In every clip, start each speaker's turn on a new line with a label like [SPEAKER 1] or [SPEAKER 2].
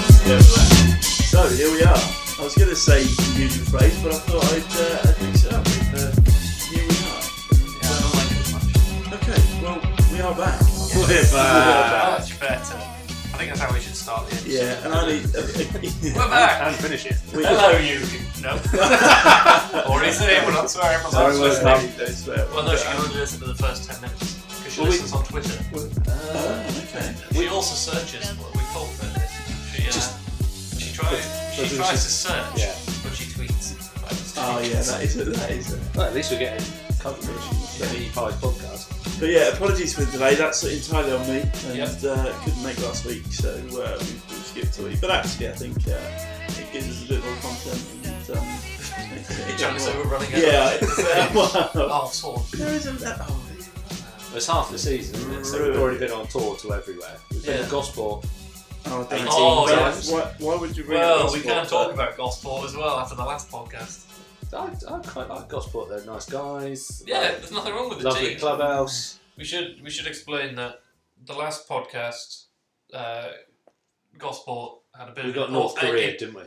[SPEAKER 1] uh, Ah,
[SPEAKER 2] much better. I think that's how we should start the episode.
[SPEAKER 1] Yeah, and I need.
[SPEAKER 2] We're back.
[SPEAKER 3] And finish it.
[SPEAKER 1] we,
[SPEAKER 2] Hello, you. No. or is it? We're not swearing. We're not
[SPEAKER 1] Sorry,
[SPEAKER 2] swearing.
[SPEAKER 1] we're not. Don't swear.
[SPEAKER 2] Well, no, she can only listen for the first 10 minutes because she
[SPEAKER 1] Well, we-
[SPEAKER 2] listens on Twitter.
[SPEAKER 1] Ah, okay.
[SPEAKER 2] She also searches what we call her. She, uh, she tries, she
[SPEAKER 3] Doesn't
[SPEAKER 2] tries
[SPEAKER 3] she-
[SPEAKER 2] to search,
[SPEAKER 3] Yeah.
[SPEAKER 2] but she tweets. I just
[SPEAKER 1] Oh,
[SPEAKER 2] tweet.
[SPEAKER 1] yeah, that is a, that is a
[SPEAKER 3] Well, at least we're getting
[SPEAKER 1] controversial.
[SPEAKER 3] the
[SPEAKER 1] mistake.
[SPEAKER 3] E5 podcast.
[SPEAKER 1] But yeah, apologies for the delay. That's entirely on me, and
[SPEAKER 2] Yep.
[SPEAKER 1] uh, couldn't make last week, so uh, we, we skipped a week. But actually, I think uh, it gives us a bit more content. And, um, makes it a
[SPEAKER 2] You're
[SPEAKER 1] bit
[SPEAKER 2] trying to say
[SPEAKER 1] more-
[SPEAKER 2] we're running out
[SPEAKER 1] yeah,
[SPEAKER 2] of
[SPEAKER 1] it's,
[SPEAKER 2] time.
[SPEAKER 1] uh, well,
[SPEAKER 2] Oh, torn.
[SPEAKER 1] there isn't that. Oh,
[SPEAKER 3] It's half the season, isn't it? So we've already been on tour to everywhere. We've been
[SPEAKER 2] Yeah.
[SPEAKER 3] to Gosport.
[SPEAKER 1] oh,
[SPEAKER 3] Eighteen
[SPEAKER 1] damn.
[SPEAKER 2] Oh,
[SPEAKER 3] times.
[SPEAKER 1] why, why would you bring up
[SPEAKER 2] Well,
[SPEAKER 1] this
[SPEAKER 2] we
[SPEAKER 1] one?
[SPEAKER 2] can talk about gospel as well after the last podcast.
[SPEAKER 3] I, I quite like Gosport. They're nice guys.
[SPEAKER 2] Yeah,
[SPEAKER 3] Like,
[SPEAKER 2] there's nothing wrong with the
[SPEAKER 3] lovely
[SPEAKER 2] team.
[SPEAKER 3] clubhouse.
[SPEAKER 2] We should we should explain that the last podcast, uh, Gosport had a bit
[SPEAKER 3] We
[SPEAKER 2] of
[SPEAKER 3] got
[SPEAKER 2] an-
[SPEAKER 3] North
[SPEAKER 2] uh,
[SPEAKER 3] Korea,
[SPEAKER 2] it-
[SPEAKER 3] didn't we?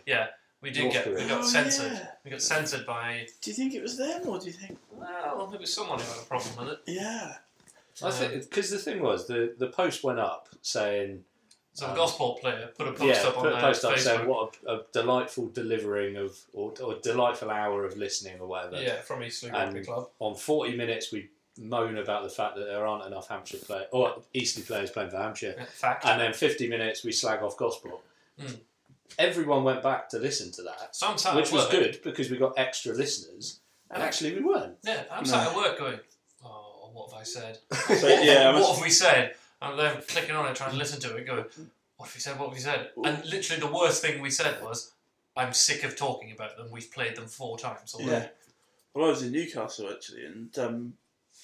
[SPEAKER 2] we did
[SPEAKER 3] North
[SPEAKER 2] get we
[SPEAKER 3] Korea.
[SPEAKER 2] got
[SPEAKER 1] Oh,
[SPEAKER 2] censored.
[SPEAKER 1] yeah.
[SPEAKER 2] We got censored by
[SPEAKER 1] Do you think it was them, or do you think?
[SPEAKER 2] well, it was someone who had a problem with it.
[SPEAKER 1] Yeah.
[SPEAKER 3] I
[SPEAKER 2] Um,
[SPEAKER 3] think because the thing was the the post went up saying
[SPEAKER 2] So a
[SPEAKER 3] Um,
[SPEAKER 2] gospel player put a post
[SPEAKER 3] yeah
[SPEAKER 2] up on
[SPEAKER 3] put a
[SPEAKER 2] their
[SPEAKER 3] post up
[SPEAKER 2] Facebook.
[SPEAKER 3] saying what a, a delightful delivering of or, or delightful hour of listening or whatever.
[SPEAKER 2] yeah, from Eastleigh
[SPEAKER 3] And-
[SPEAKER 2] Rugby Club.
[SPEAKER 3] on 40 minutes we moan about the fact that there aren't enough Hampshire players or Eastleigh players playing for Hampshire,
[SPEAKER 2] In fact,
[SPEAKER 3] and then 50 minutes we slag off Gosport.
[SPEAKER 2] Hmm.
[SPEAKER 3] Everyone went back to listen to that,
[SPEAKER 2] so I'm sat
[SPEAKER 3] which
[SPEAKER 2] at
[SPEAKER 3] was
[SPEAKER 2] work.
[SPEAKER 3] good because we got extra listeners, and actually we weren't.
[SPEAKER 2] Yeah, I'm
[SPEAKER 1] No.
[SPEAKER 2] sat at work going, oh, what have I said?
[SPEAKER 1] So,
[SPEAKER 2] what,
[SPEAKER 1] yeah, I
[SPEAKER 2] what
[SPEAKER 1] was-
[SPEAKER 2] have we said? And then clicking on it, trying to listen to it, going, what have we said? What have we said? And literally, the worst thing we said was, I'm sick of talking about them. We've played them four times already.
[SPEAKER 1] Well, I was in Newcastle actually, and um,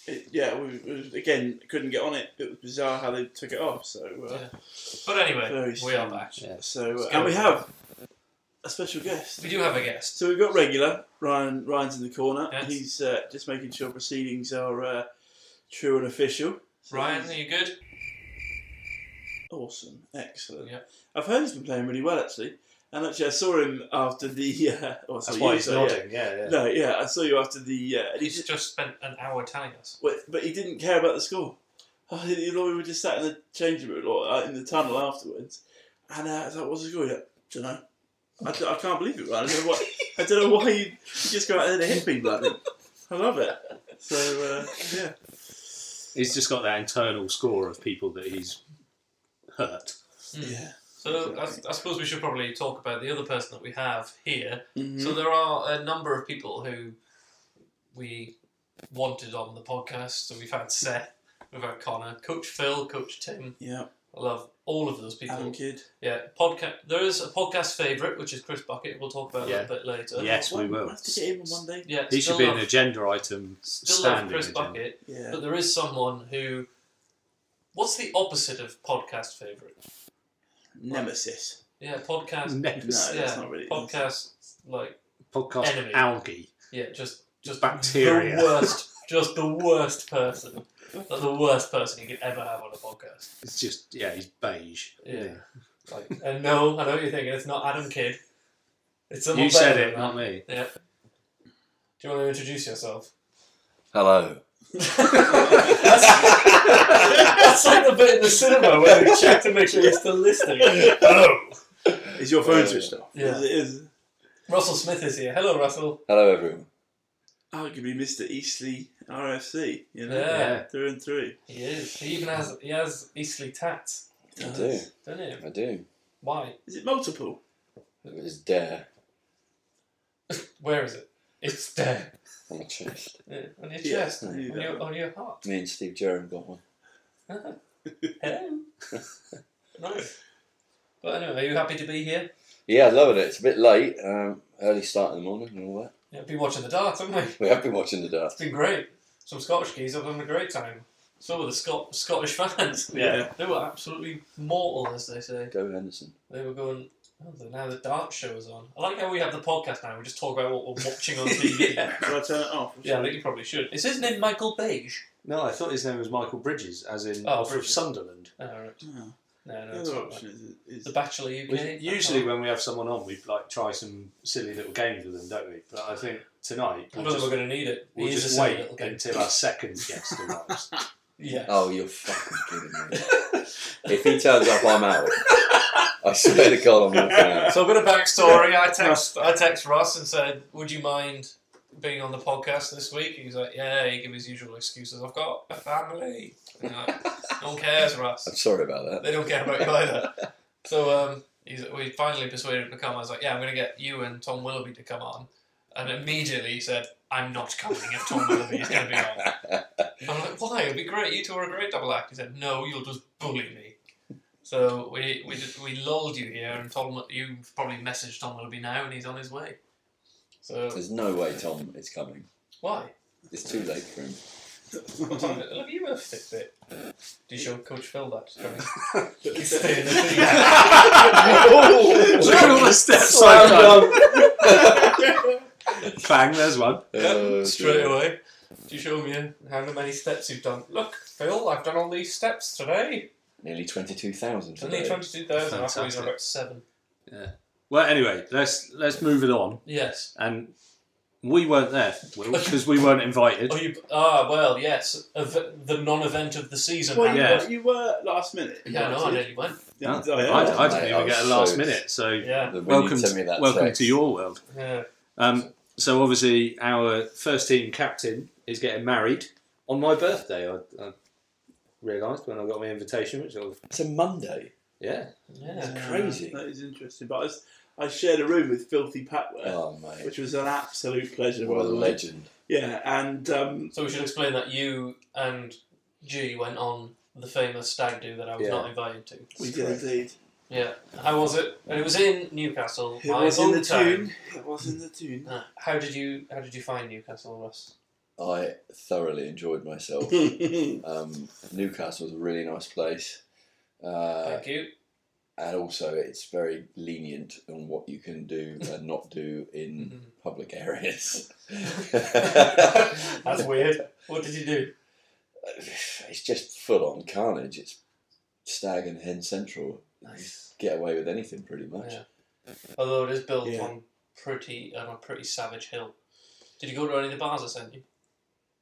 [SPEAKER 1] it, yeah, we, we again couldn't get on it. It was bizarre how they took it off. So, uh,
[SPEAKER 2] But anyway,
[SPEAKER 1] Very
[SPEAKER 2] we are
[SPEAKER 1] strange.
[SPEAKER 2] back.
[SPEAKER 3] Yeah.
[SPEAKER 1] so
[SPEAKER 2] Let's
[SPEAKER 1] uh,
[SPEAKER 2] go.
[SPEAKER 1] and we have a special guest.
[SPEAKER 2] We do have a guest.
[SPEAKER 1] So we've got regular Ryan. Ryan's in the corner.
[SPEAKER 2] Yes.
[SPEAKER 1] He's uh, just making sure proceedings are uh, true and official. So
[SPEAKER 2] Ryan, are
[SPEAKER 1] he's
[SPEAKER 2] you good?
[SPEAKER 1] awesome, excellent.
[SPEAKER 2] Yeah.
[SPEAKER 1] I've heard he's been playing really well actually, and actually I saw him after the. Uh, oh, I saw
[SPEAKER 3] That's
[SPEAKER 1] you,
[SPEAKER 3] why he's
[SPEAKER 1] sorry, yeah.
[SPEAKER 3] nodding. Yeah, yeah.
[SPEAKER 1] No, yeah, I saw you after the. Uh, and he
[SPEAKER 2] He's just spent an hour telling us.
[SPEAKER 1] But, but he didn't care about the score. Oh, he- you know, we were just sat in the changing room or uh, in the tunnel afterwards, and uh, I was like, "What's the score?" He's Like, don't know. I, d- I can't believe it, man. I don't know why. I don't know why you, you just go out there and hit people. Like that. I love it. So uh, yeah,
[SPEAKER 3] He's just got that internal score of people that he's hurt.
[SPEAKER 2] Mm.
[SPEAKER 1] yeah.
[SPEAKER 2] So I, I suppose we should probably talk about the other person that we have here.
[SPEAKER 1] Mhm.
[SPEAKER 2] So there are a number of people who we wanted on the podcast. So we've had Seth, we've had Connor, Coach Phil, Coach Tim.
[SPEAKER 1] yeah,
[SPEAKER 2] I love all of those people.
[SPEAKER 1] Alan Kidd.
[SPEAKER 2] Yeah, podcast. There is a podcast favourite, which is Chris Bucket. We'll talk about
[SPEAKER 3] Yeah.
[SPEAKER 2] a little bit later.
[SPEAKER 3] Yes, we
[SPEAKER 1] Why-
[SPEAKER 3] will.
[SPEAKER 1] why have to get him on one day.
[SPEAKER 2] Yeah,
[SPEAKER 3] He
[SPEAKER 2] still
[SPEAKER 3] should be an
[SPEAKER 2] love,
[SPEAKER 3] agenda item
[SPEAKER 2] still love
[SPEAKER 3] standing.
[SPEAKER 2] Chris
[SPEAKER 3] agenda.
[SPEAKER 2] Bucket,
[SPEAKER 1] Yeah.
[SPEAKER 2] but there is someone who. What's the opposite of podcast favourite?
[SPEAKER 1] Nemesis.
[SPEAKER 2] Yeah, podcast.
[SPEAKER 1] No,
[SPEAKER 3] Next
[SPEAKER 1] that's
[SPEAKER 2] yeah,
[SPEAKER 1] not really.
[SPEAKER 2] podcast like
[SPEAKER 3] podcast
[SPEAKER 2] Enemy.
[SPEAKER 3] algae.
[SPEAKER 2] Yeah, just just
[SPEAKER 3] Bacteria.
[SPEAKER 2] The worst, just the worst person. Like the worst person you could ever have on a podcast.
[SPEAKER 3] It's just yeah, he's beige.
[SPEAKER 2] Yeah. Like, and no, I know what you're thinking. It's not Adam Kidd. It's someone
[SPEAKER 3] You said
[SPEAKER 2] better
[SPEAKER 3] it,
[SPEAKER 2] than that.
[SPEAKER 3] not me.
[SPEAKER 2] Do you want to introduce yourself?
[SPEAKER 4] Hello.
[SPEAKER 2] that's, that's like the bit in the cinema where they check to make sure you're still listening. Hello,
[SPEAKER 1] Is your phone switched off?
[SPEAKER 2] Yeah.
[SPEAKER 1] Is it is.
[SPEAKER 2] Russell Smith is here. Hello, Russell.
[SPEAKER 4] Hello, everyone.
[SPEAKER 1] Arguably, Mr. Eastleigh RFC. You know,
[SPEAKER 2] Yeah.
[SPEAKER 3] Yeah.
[SPEAKER 1] through and through.
[SPEAKER 2] He is. He even has he has Eastleigh tats,
[SPEAKER 4] I do.
[SPEAKER 2] doesn't he?
[SPEAKER 4] I do.
[SPEAKER 2] Why?
[SPEAKER 1] Is it multiple?
[SPEAKER 4] It was dare
[SPEAKER 2] Where is it? It's there
[SPEAKER 4] on my chest.
[SPEAKER 2] Yeah, on your
[SPEAKER 1] Yeah,
[SPEAKER 2] chest,
[SPEAKER 1] I knew
[SPEAKER 2] on
[SPEAKER 1] that
[SPEAKER 2] your
[SPEAKER 1] one.
[SPEAKER 2] on your heart.
[SPEAKER 4] Me and Steve Jerome got one.
[SPEAKER 2] Hello. nice. But anyway, are you happy to be here?
[SPEAKER 4] Yeah, I loving it. It's a bit late. Um, early start in the morning and all that.
[SPEAKER 2] Yeah, been watching the darts, haven't we? It's
[SPEAKER 4] We have been watching the dart.
[SPEAKER 2] been great. Some Scottish geese have having a great time. So were the Scot- Scottish fans.
[SPEAKER 1] Yeah.
[SPEAKER 2] They were absolutely mortal, as they say.
[SPEAKER 4] Go Henderson.
[SPEAKER 2] They were going, oh, the- now the dart show is on. I like how we have the podcast now. We just talk about what we're watching on TV. yeah.
[SPEAKER 1] Should I turn it off?
[SPEAKER 2] I think you probably should. Is his name Michael Beige?
[SPEAKER 3] No, I thought his name was Michael Bridges, as in
[SPEAKER 2] Oh,
[SPEAKER 3] off of
[SPEAKER 2] Bridges.
[SPEAKER 3] Sunderland.
[SPEAKER 2] Oh, right.
[SPEAKER 1] Oh.
[SPEAKER 2] No, no,
[SPEAKER 1] The
[SPEAKER 2] it's
[SPEAKER 1] other
[SPEAKER 2] not that.
[SPEAKER 1] option is,
[SPEAKER 2] The
[SPEAKER 1] is
[SPEAKER 2] Bachelor UK.
[SPEAKER 3] We-
[SPEAKER 2] that
[SPEAKER 3] usually,
[SPEAKER 2] kind
[SPEAKER 3] when we have someone on, we like try some silly little games with them, don't we? But I think tonight
[SPEAKER 2] of- I don't
[SPEAKER 3] we'll
[SPEAKER 2] think
[SPEAKER 3] just,
[SPEAKER 2] we're going to need it.
[SPEAKER 3] we'll
[SPEAKER 2] He is a
[SPEAKER 3] just
[SPEAKER 2] silly
[SPEAKER 3] wait
[SPEAKER 2] little guy.
[SPEAKER 3] until our second guest arrives.
[SPEAKER 2] Yeah.
[SPEAKER 4] Oh, you're fucking kidding me. If he turns up, I'm out. I swear to God, I'm walking out.
[SPEAKER 2] So a bit of backstory. I text I text Ross and said, "Would you mind being on the podcast this week?" He's like, "Yeah." He gave his usual excuses. I've got a family. And I'm like, no one cares, Ross.
[SPEAKER 4] I'm sorry about
[SPEAKER 2] They don't care about you either. So um, he's, we finally persuaded him to come. I was like, "Yeah, I'm going to get you and Tom Willoughby to come on." And immediately he said, "I'm not coming if Tom Willoughby is going to be on."
[SPEAKER 4] that.
[SPEAKER 2] I'm like, why? It'd be great. You two are a great double act. He said, no, you'll just bully me. So we we just, we lulled you here and told him you probably messaged Tom Willoughby now and he's on his way. So
[SPEAKER 4] There's no way Tom is coming.
[SPEAKER 2] why?
[SPEAKER 4] It's too late for him.
[SPEAKER 2] What time is it? Look, you have Fitbit. Did you show Coach Phil that? He's staying in
[SPEAKER 1] Look at
[SPEAKER 4] Oh,
[SPEAKER 1] all the steps
[SPEAKER 3] um,
[SPEAKER 1] I've done.
[SPEAKER 4] Slam
[SPEAKER 3] Bang, there's one.
[SPEAKER 4] dunk.
[SPEAKER 2] straight away. Do you show me how many steps you've done? Look, Phil, I've done all these steps today.
[SPEAKER 4] Nearly 22,000
[SPEAKER 2] Only
[SPEAKER 4] today.
[SPEAKER 2] twenty-two thousand. I thought you
[SPEAKER 3] Fantastic.
[SPEAKER 2] about seven.
[SPEAKER 3] Well, anyway, let's let's move it on.
[SPEAKER 2] Yes.
[SPEAKER 3] And we weren't there because we weren't invited.
[SPEAKER 2] Oh, you, ah, well, yes. Ev- the non-event of the season.
[SPEAKER 1] Well,
[SPEAKER 3] Yeah.
[SPEAKER 1] you, you were last minute.
[SPEAKER 2] Yeah, no, I nearly went.
[SPEAKER 1] Yeah, Oh,
[SPEAKER 3] I,
[SPEAKER 1] yeah.
[SPEAKER 3] I didn't
[SPEAKER 4] Mate,
[SPEAKER 3] even
[SPEAKER 4] I'm
[SPEAKER 3] get a last
[SPEAKER 4] so-
[SPEAKER 3] minute. So
[SPEAKER 2] Yeah.
[SPEAKER 4] The- when you
[SPEAKER 3] welcome,
[SPEAKER 4] sent me that
[SPEAKER 3] welcome
[SPEAKER 4] text,
[SPEAKER 3] to your world.
[SPEAKER 2] Yeah.
[SPEAKER 3] Um, so obviously, our first team captain is getting married on my birthday. I, I realised when I got my invitation, which I was,
[SPEAKER 4] It's a Monday.
[SPEAKER 3] yeah,
[SPEAKER 2] Yeah.
[SPEAKER 4] It's crazy.
[SPEAKER 1] That is interesting. But I, was, I shared a room with Filthy Patworth,
[SPEAKER 4] Oh, mate.
[SPEAKER 1] which was an absolute pleasure.
[SPEAKER 4] What a
[SPEAKER 1] by the way.
[SPEAKER 4] legend.
[SPEAKER 1] Yeah, and um,
[SPEAKER 2] So we should explain that you and G went on the famous stag do that I was
[SPEAKER 3] Yeah.
[SPEAKER 2] not invited to.
[SPEAKER 1] we did indeed.
[SPEAKER 2] Yeah. How was it? And it was in Newcastle.
[SPEAKER 1] It
[SPEAKER 2] my
[SPEAKER 1] was in the
[SPEAKER 2] hometown.
[SPEAKER 1] tune. It was in the tune.
[SPEAKER 2] Uh, How did you How did you find Newcastle, Ross?
[SPEAKER 4] I thoroughly enjoyed myself. Um, Newcastle was a really nice place. Uh,
[SPEAKER 2] Thank you.
[SPEAKER 4] and also, it's very lenient on what you can do and not do in
[SPEAKER 2] Mm-hmm.
[SPEAKER 4] public areas.
[SPEAKER 2] That's weird. What did you do?
[SPEAKER 4] it's just full on carnage. It's Stag and Hen Central.
[SPEAKER 2] Nice.
[SPEAKER 4] Get away with anything pretty much.
[SPEAKER 2] Yeah. Although it is built
[SPEAKER 1] Yeah.
[SPEAKER 2] on pretty on a pretty savage hill. Did you go to any of the bars I sent you?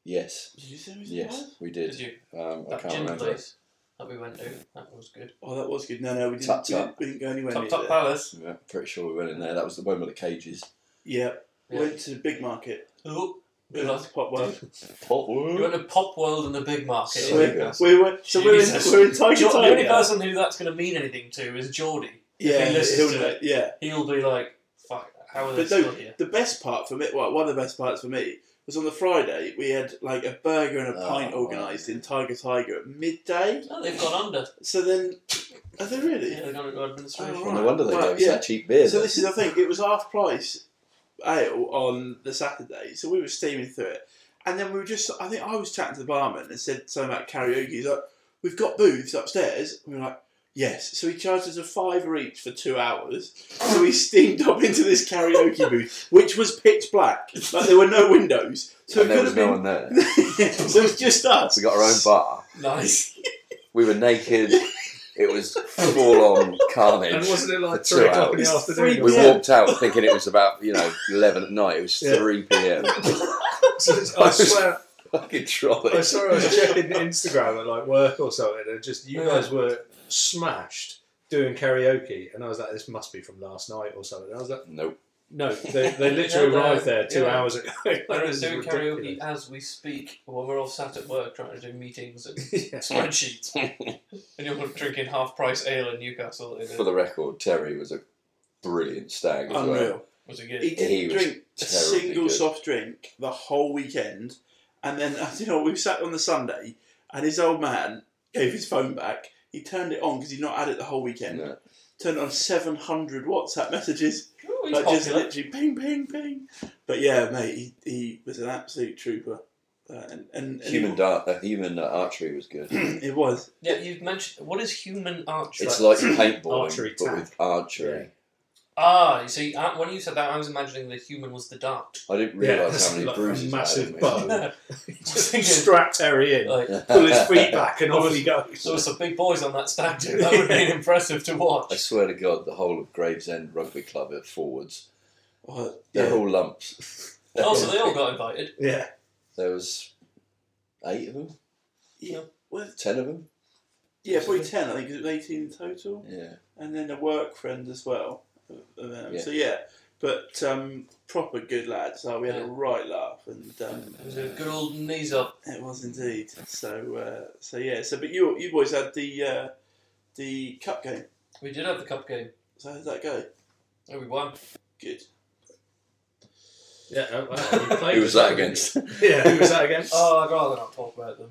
[SPEAKER 4] Yes,
[SPEAKER 1] Did you say it was in
[SPEAKER 4] yes,
[SPEAKER 1] Ireland?
[SPEAKER 4] we
[SPEAKER 2] Did
[SPEAKER 4] did.
[SPEAKER 2] you?
[SPEAKER 4] Um, I
[SPEAKER 2] That
[SPEAKER 4] can't
[SPEAKER 2] gin
[SPEAKER 4] remember.
[SPEAKER 2] place that we went to. That was good.
[SPEAKER 1] Oh, that was good. No, no, we
[SPEAKER 4] Tut,
[SPEAKER 1] didn't. We
[SPEAKER 4] tut.
[SPEAKER 1] didn't, we didn't go anywhere
[SPEAKER 2] Top
[SPEAKER 1] near
[SPEAKER 2] Top
[SPEAKER 1] there.
[SPEAKER 2] Palace.
[SPEAKER 4] Yeah, pretty sure we went in there. That was the one with the cages.
[SPEAKER 1] Yeah,
[SPEAKER 2] Yeah.
[SPEAKER 1] went to the big market.
[SPEAKER 2] Oh,
[SPEAKER 1] We went to Pop World.
[SPEAKER 2] You went to Pop World and the Big Market. in
[SPEAKER 4] So
[SPEAKER 1] good.
[SPEAKER 2] Newcastle.
[SPEAKER 1] We were so we were in,
[SPEAKER 2] Jesus.
[SPEAKER 1] we were in Tiger
[SPEAKER 2] Jo- the only
[SPEAKER 1] Tiger.
[SPEAKER 2] person who that's going to mean anything to is Geordie.
[SPEAKER 1] Yeah,
[SPEAKER 2] he listens
[SPEAKER 1] he'll
[SPEAKER 2] to
[SPEAKER 1] know.
[SPEAKER 2] it.
[SPEAKER 1] yeah.
[SPEAKER 2] He'll be like, "Fuck, how are they
[SPEAKER 1] But no,
[SPEAKER 2] still here?"
[SPEAKER 1] the best part for me, well, one of the best parts for me was on the Friday. We had like a burger and a
[SPEAKER 4] Oh,
[SPEAKER 1] pint
[SPEAKER 4] wow.
[SPEAKER 1] organised in Tiger Tiger at midday.
[SPEAKER 2] No, they've gone under.
[SPEAKER 1] So then, are they really?
[SPEAKER 2] Yeah, they've gone under administration.
[SPEAKER 1] Oh,
[SPEAKER 4] Well, no
[SPEAKER 1] right.
[SPEAKER 4] wonder they
[SPEAKER 1] Well,
[SPEAKER 4] gave us
[SPEAKER 1] yeah.
[SPEAKER 4] that cheap beer.
[SPEAKER 1] So
[SPEAKER 4] then.
[SPEAKER 1] this is the thing. It was half price ale on the Saturday, so we were steaming through it, and then we were just. I think I was chatting to the barman and said something about karaoke. He's like, "We've got booths upstairs." And we were like, "Yes." So he charged us a fiver each for two hours. So we steamed up into this karaoke booth, which was pitch black. Like there were no windows, so
[SPEAKER 4] and
[SPEAKER 1] it
[SPEAKER 4] there
[SPEAKER 1] could
[SPEAKER 4] was
[SPEAKER 1] have
[SPEAKER 4] no
[SPEAKER 1] been.
[SPEAKER 4] one there.
[SPEAKER 1] so it was just us.
[SPEAKER 4] We got our own bar.
[SPEAKER 2] Nice.
[SPEAKER 4] We were naked. it was full on carnage.
[SPEAKER 3] and wasn't it like
[SPEAKER 4] For two
[SPEAKER 3] three o'clock in
[SPEAKER 1] hours.
[SPEAKER 3] the
[SPEAKER 1] Three-
[SPEAKER 3] afternoon?
[SPEAKER 4] we
[SPEAKER 1] Yeah.
[SPEAKER 4] walked out thinking it was about you know eleven at night. It was
[SPEAKER 3] Yeah.
[SPEAKER 4] three p.m.
[SPEAKER 3] So it's- I swear,
[SPEAKER 4] Fucking trolley.
[SPEAKER 3] I saw I was checking Instagram at like work or something, and just you
[SPEAKER 2] Yeah.
[SPEAKER 3] guys were smashed doing karaoke, and I was like, this must be from last night or something. And I was like,
[SPEAKER 4] Nope.
[SPEAKER 3] no, they, they literally
[SPEAKER 2] No, no,
[SPEAKER 3] arrived there two
[SPEAKER 2] yeah.
[SPEAKER 3] hours ago.
[SPEAKER 2] They're
[SPEAKER 3] This is
[SPEAKER 2] doing karaoke
[SPEAKER 3] ridiculous.
[SPEAKER 2] as we speak when we're all sat at work trying to do meetings and
[SPEAKER 3] Yeah.
[SPEAKER 2] spreadsheets, and you're drinking half price ale in Newcastle. It
[SPEAKER 4] For the record, Terry was a brilliant stag as well.
[SPEAKER 1] Unreal.
[SPEAKER 2] was a
[SPEAKER 1] He
[SPEAKER 2] good.
[SPEAKER 1] didn't
[SPEAKER 4] He was
[SPEAKER 1] drink a
[SPEAKER 4] terribly
[SPEAKER 1] single
[SPEAKER 4] good.
[SPEAKER 1] soft drink the whole weekend, and then you know we sat on the Sunday, and his old man gave his phone back. He turned it on because he'd not had it the whole weekend.
[SPEAKER 4] No.
[SPEAKER 1] Turned on seven hundred WhatsApp messages,
[SPEAKER 2] Oh, he's
[SPEAKER 1] like just
[SPEAKER 2] popular.
[SPEAKER 1] literally ping, ping, ping. But yeah, mate, he, he was an absolute trooper, uh, and, and, and
[SPEAKER 4] Human dart, uh, human uh, archery was good.
[SPEAKER 1] it was
[SPEAKER 2] Yeah, you mentioned what is human archery?
[SPEAKER 4] It's like paintballing,
[SPEAKER 3] Archery
[SPEAKER 4] but
[SPEAKER 3] tag.
[SPEAKER 4] with archery.
[SPEAKER 2] Ah, you see, uh, when you said that, I was imagining the human was the dart.
[SPEAKER 4] I didn't
[SPEAKER 3] Yeah,
[SPEAKER 4] realise
[SPEAKER 3] that's
[SPEAKER 4] how many
[SPEAKER 3] like a
[SPEAKER 4] bruises I had in
[SPEAKER 3] massive
[SPEAKER 4] me.
[SPEAKER 3] bug.
[SPEAKER 2] Just
[SPEAKER 3] Just
[SPEAKER 2] thinking-
[SPEAKER 3] strap Terry in,
[SPEAKER 2] Like,
[SPEAKER 3] pull his feet back, and off he
[SPEAKER 2] so
[SPEAKER 3] goes.
[SPEAKER 2] it's the big boys on that stag do. That would have been impressive to
[SPEAKER 4] I
[SPEAKER 2] watch.
[SPEAKER 4] swear to God, the whole of Gravesend Rugby Club at forwards,
[SPEAKER 1] oh,
[SPEAKER 4] they're
[SPEAKER 1] yeah.
[SPEAKER 4] all lumps.
[SPEAKER 2] Oh, so they all got invited.
[SPEAKER 3] Yeah,
[SPEAKER 4] There was eight of them,
[SPEAKER 1] yeah. Well,
[SPEAKER 4] ten of them.
[SPEAKER 1] Yeah, probably 10, I think, 'cause it was 18 in total.
[SPEAKER 4] Yeah.
[SPEAKER 1] and then a work friend as well. of- of them.
[SPEAKER 4] Yeah.
[SPEAKER 1] So yeah, but um, proper good lads. So we had a
[SPEAKER 2] Yeah.
[SPEAKER 1] right laugh, and um,
[SPEAKER 2] It was a good old knees up.
[SPEAKER 1] it was indeed. So uh, so yeah. So but you you boys had the uh, the cup game.
[SPEAKER 2] We did have the cup game.
[SPEAKER 1] So how did that go?
[SPEAKER 2] Oh, we won.
[SPEAKER 1] Good.
[SPEAKER 3] Yeah, oh, well, you played
[SPEAKER 4] Who was that against?
[SPEAKER 3] Yeah, who was that against?
[SPEAKER 2] Oh, I'd rather not talk about them.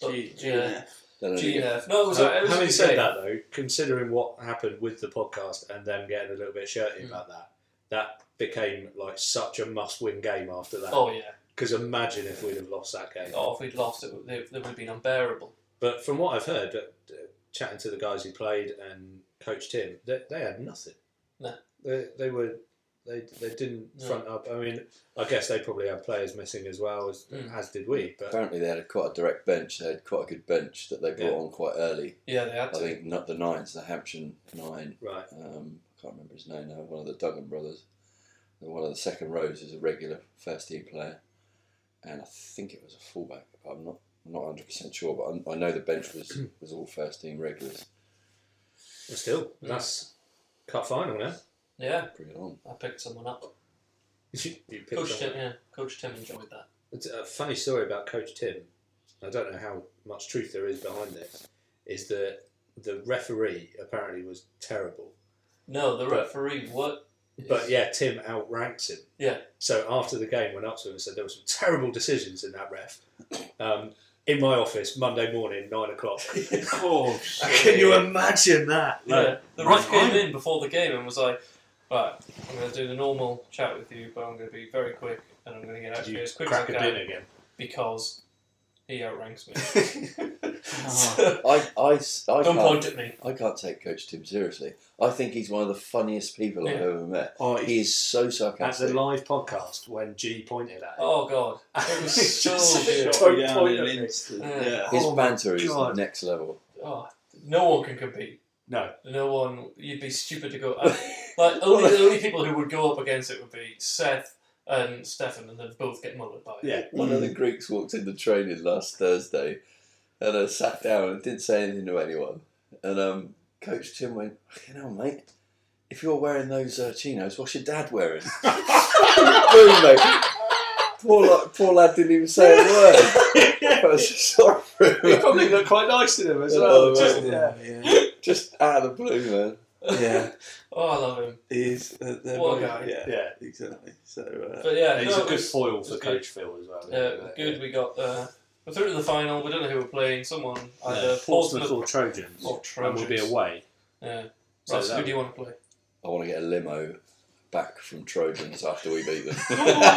[SPEAKER 1] G, G
[SPEAKER 2] Oh, yeah.
[SPEAKER 1] and F.
[SPEAKER 4] Don't know.
[SPEAKER 2] G and F. No, it was,
[SPEAKER 3] Uh,
[SPEAKER 2] a- it was a
[SPEAKER 3] having
[SPEAKER 2] good
[SPEAKER 3] said
[SPEAKER 2] game.
[SPEAKER 3] that, though, considering what happened with the podcast and them getting a little bit shirty
[SPEAKER 2] Mm.
[SPEAKER 3] about that, that became like such a must-win game after that.
[SPEAKER 2] Oh yeah.
[SPEAKER 3] Because imagine if we'd have lost that game.
[SPEAKER 2] Oh, if we'd lost, it would, it would have been unbearable.
[SPEAKER 3] But from what I've heard, uh, chatting to the guys who played and coached him, they, they had nothing.
[SPEAKER 2] No.
[SPEAKER 3] They, they were they, they didn't
[SPEAKER 2] No.
[SPEAKER 3] front up. I mean, I guess they probably had players missing as well as
[SPEAKER 2] Mm.
[SPEAKER 3] as did we. But
[SPEAKER 4] Apparently, they had a quite a direct bench. They had quite a good bench that they brought
[SPEAKER 3] Yeah.
[SPEAKER 4] on quite early.
[SPEAKER 2] Yeah, they had
[SPEAKER 4] I
[SPEAKER 2] to.
[SPEAKER 4] think not the nines, the Hampshire nine.
[SPEAKER 3] right,
[SPEAKER 4] Um, I can't remember his name now. One of the Duggan brothers. And One of the second rows is a regular first team player, and I think it was a fullback. But I'm not I'm not 100 percent sure, but I'm, I know the bench was was all first team regulars.
[SPEAKER 3] well, still
[SPEAKER 2] Mm.
[SPEAKER 3] that's cup final now.
[SPEAKER 2] Yeah,
[SPEAKER 4] Bring it on.
[SPEAKER 2] I picked someone up.
[SPEAKER 3] you picked
[SPEAKER 2] Coach
[SPEAKER 3] up-
[SPEAKER 2] Tim, yeah, Coach Tim enjoyed that.
[SPEAKER 3] It's a funny story about Coach Tim. I don't know how much truth there is behind this. Is that the referee apparently was terrible,
[SPEAKER 2] No, the
[SPEAKER 3] But-
[SPEAKER 2] referee. What?
[SPEAKER 3] but yeah, Tim outranks him.
[SPEAKER 2] Yeah.
[SPEAKER 3] So after the game, went up to him and said there were some terrible decisions in that ref. Um, in my office Monday morning, nine o'clock.
[SPEAKER 1] Oh,
[SPEAKER 3] Can you imagine that?
[SPEAKER 2] Yeah, the
[SPEAKER 3] Right
[SPEAKER 2] ref came
[SPEAKER 3] on.
[SPEAKER 2] in before the game and was like, "Right, I'm going to do the normal chat with you, but I'm going to be very quick and I'm going to get out
[SPEAKER 3] Like,
[SPEAKER 2] of here
[SPEAKER 3] you
[SPEAKER 2] as quick as I
[SPEAKER 3] crack a
[SPEAKER 2] can
[SPEAKER 3] bin again.
[SPEAKER 2] because he outranks me."
[SPEAKER 1] Oh.
[SPEAKER 4] I I s- I
[SPEAKER 2] Don't
[SPEAKER 4] can't-
[SPEAKER 2] point at me.
[SPEAKER 4] I can't take Coach Tim seriously. I think he's one of the funniest people I've
[SPEAKER 2] Yeah.
[SPEAKER 4] ever met.
[SPEAKER 1] oh,
[SPEAKER 4] He
[SPEAKER 1] he-
[SPEAKER 4] is so
[SPEAKER 3] At the
[SPEAKER 4] sarcastic.
[SPEAKER 3] live podcast when G pointed at him.
[SPEAKER 2] Oh God, it was so
[SPEAKER 3] Just-
[SPEAKER 2] good.
[SPEAKER 1] shot
[SPEAKER 3] Don't
[SPEAKER 1] me down
[SPEAKER 3] point
[SPEAKER 1] in
[SPEAKER 3] at
[SPEAKER 1] an
[SPEAKER 3] me.
[SPEAKER 1] instant.
[SPEAKER 2] Oh, Yeah.
[SPEAKER 1] Yeah.
[SPEAKER 4] His
[SPEAKER 3] Oh my
[SPEAKER 4] banter is
[SPEAKER 3] God.
[SPEAKER 4] next level.
[SPEAKER 2] Oh, no one can compete.
[SPEAKER 3] No.
[SPEAKER 2] No one. You'd be stupid to go. Like only the only people who would go up against it would be Seth and Stefan, and they'd both get mullered by it.
[SPEAKER 3] Yeah.
[SPEAKER 4] One of the Greeks walked into training last Thursday, and I sat down and didn't say anything to anyone. And um, Coach Tim went, "You know, mate, if you're wearing those uh, chinos, what's your dad wearing?" Boom, mate. Poor, la- poor lad didn't even say a word. I was just sorry for
[SPEAKER 3] He
[SPEAKER 4] him.
[SPEAKER 3] probably looked quite nice to them as well.
[SPEAKER 4] Oh,
[SPEAKER 3] just,
[SPEAKER 4] right.
[SPEAKER 3] yeah.
[SPEAKER 1] yeah.
[SPEAKER 4] Just out of the blue, man.
[SPEAKER 1] Yeah.
[SPEAKER 2] Oh, I love him.
[SPEAKER 1] He is. Uh, they're
[SPEAKER 2] What a
[SPEAKER 1] both-
[SPEAKER 2] guy.
[SPEAKER 1] Yeah,
[SPEAKER 3] yeah.
[SPEAKER 1] exactly. So uh,
[SPEAKER 2] But yeah,
[SPEAKER 3] he's
[SPEAKER 2] no,
[SPEAKER 3] a
[SPEAKER 2] it
[SPEAKER 3] good
[SPEAKER 2] was-
[SPEAKER 3] foil
[SPEAKER 2] it's
[SPEAKER 3] for
[SPEAKER 2] good.
[SPEAKER 3] Coach Phil as well.
[SPEAKER 2] Yeah, it was good. We got uh, we're through to the final. We don't know who we're playing. Someone either
[SPEAKER 3] Yeah. Portsmouth or Trojans.
[SPEAKER 2] uh, or
[SPEAKER 3] And
[SPEAKER 2] Trojans.
[SPEAKER 3] we'll be away.
[SPEAKER 2] Yeah.
[SPEAKER 3] So
[SPEAKER 2] Russ,
[SPEAKER 3] that-
[SPEAKER 2] who do you want to play?
[SPEAKER 4] I want to get a limo back from Trojans after we beat them.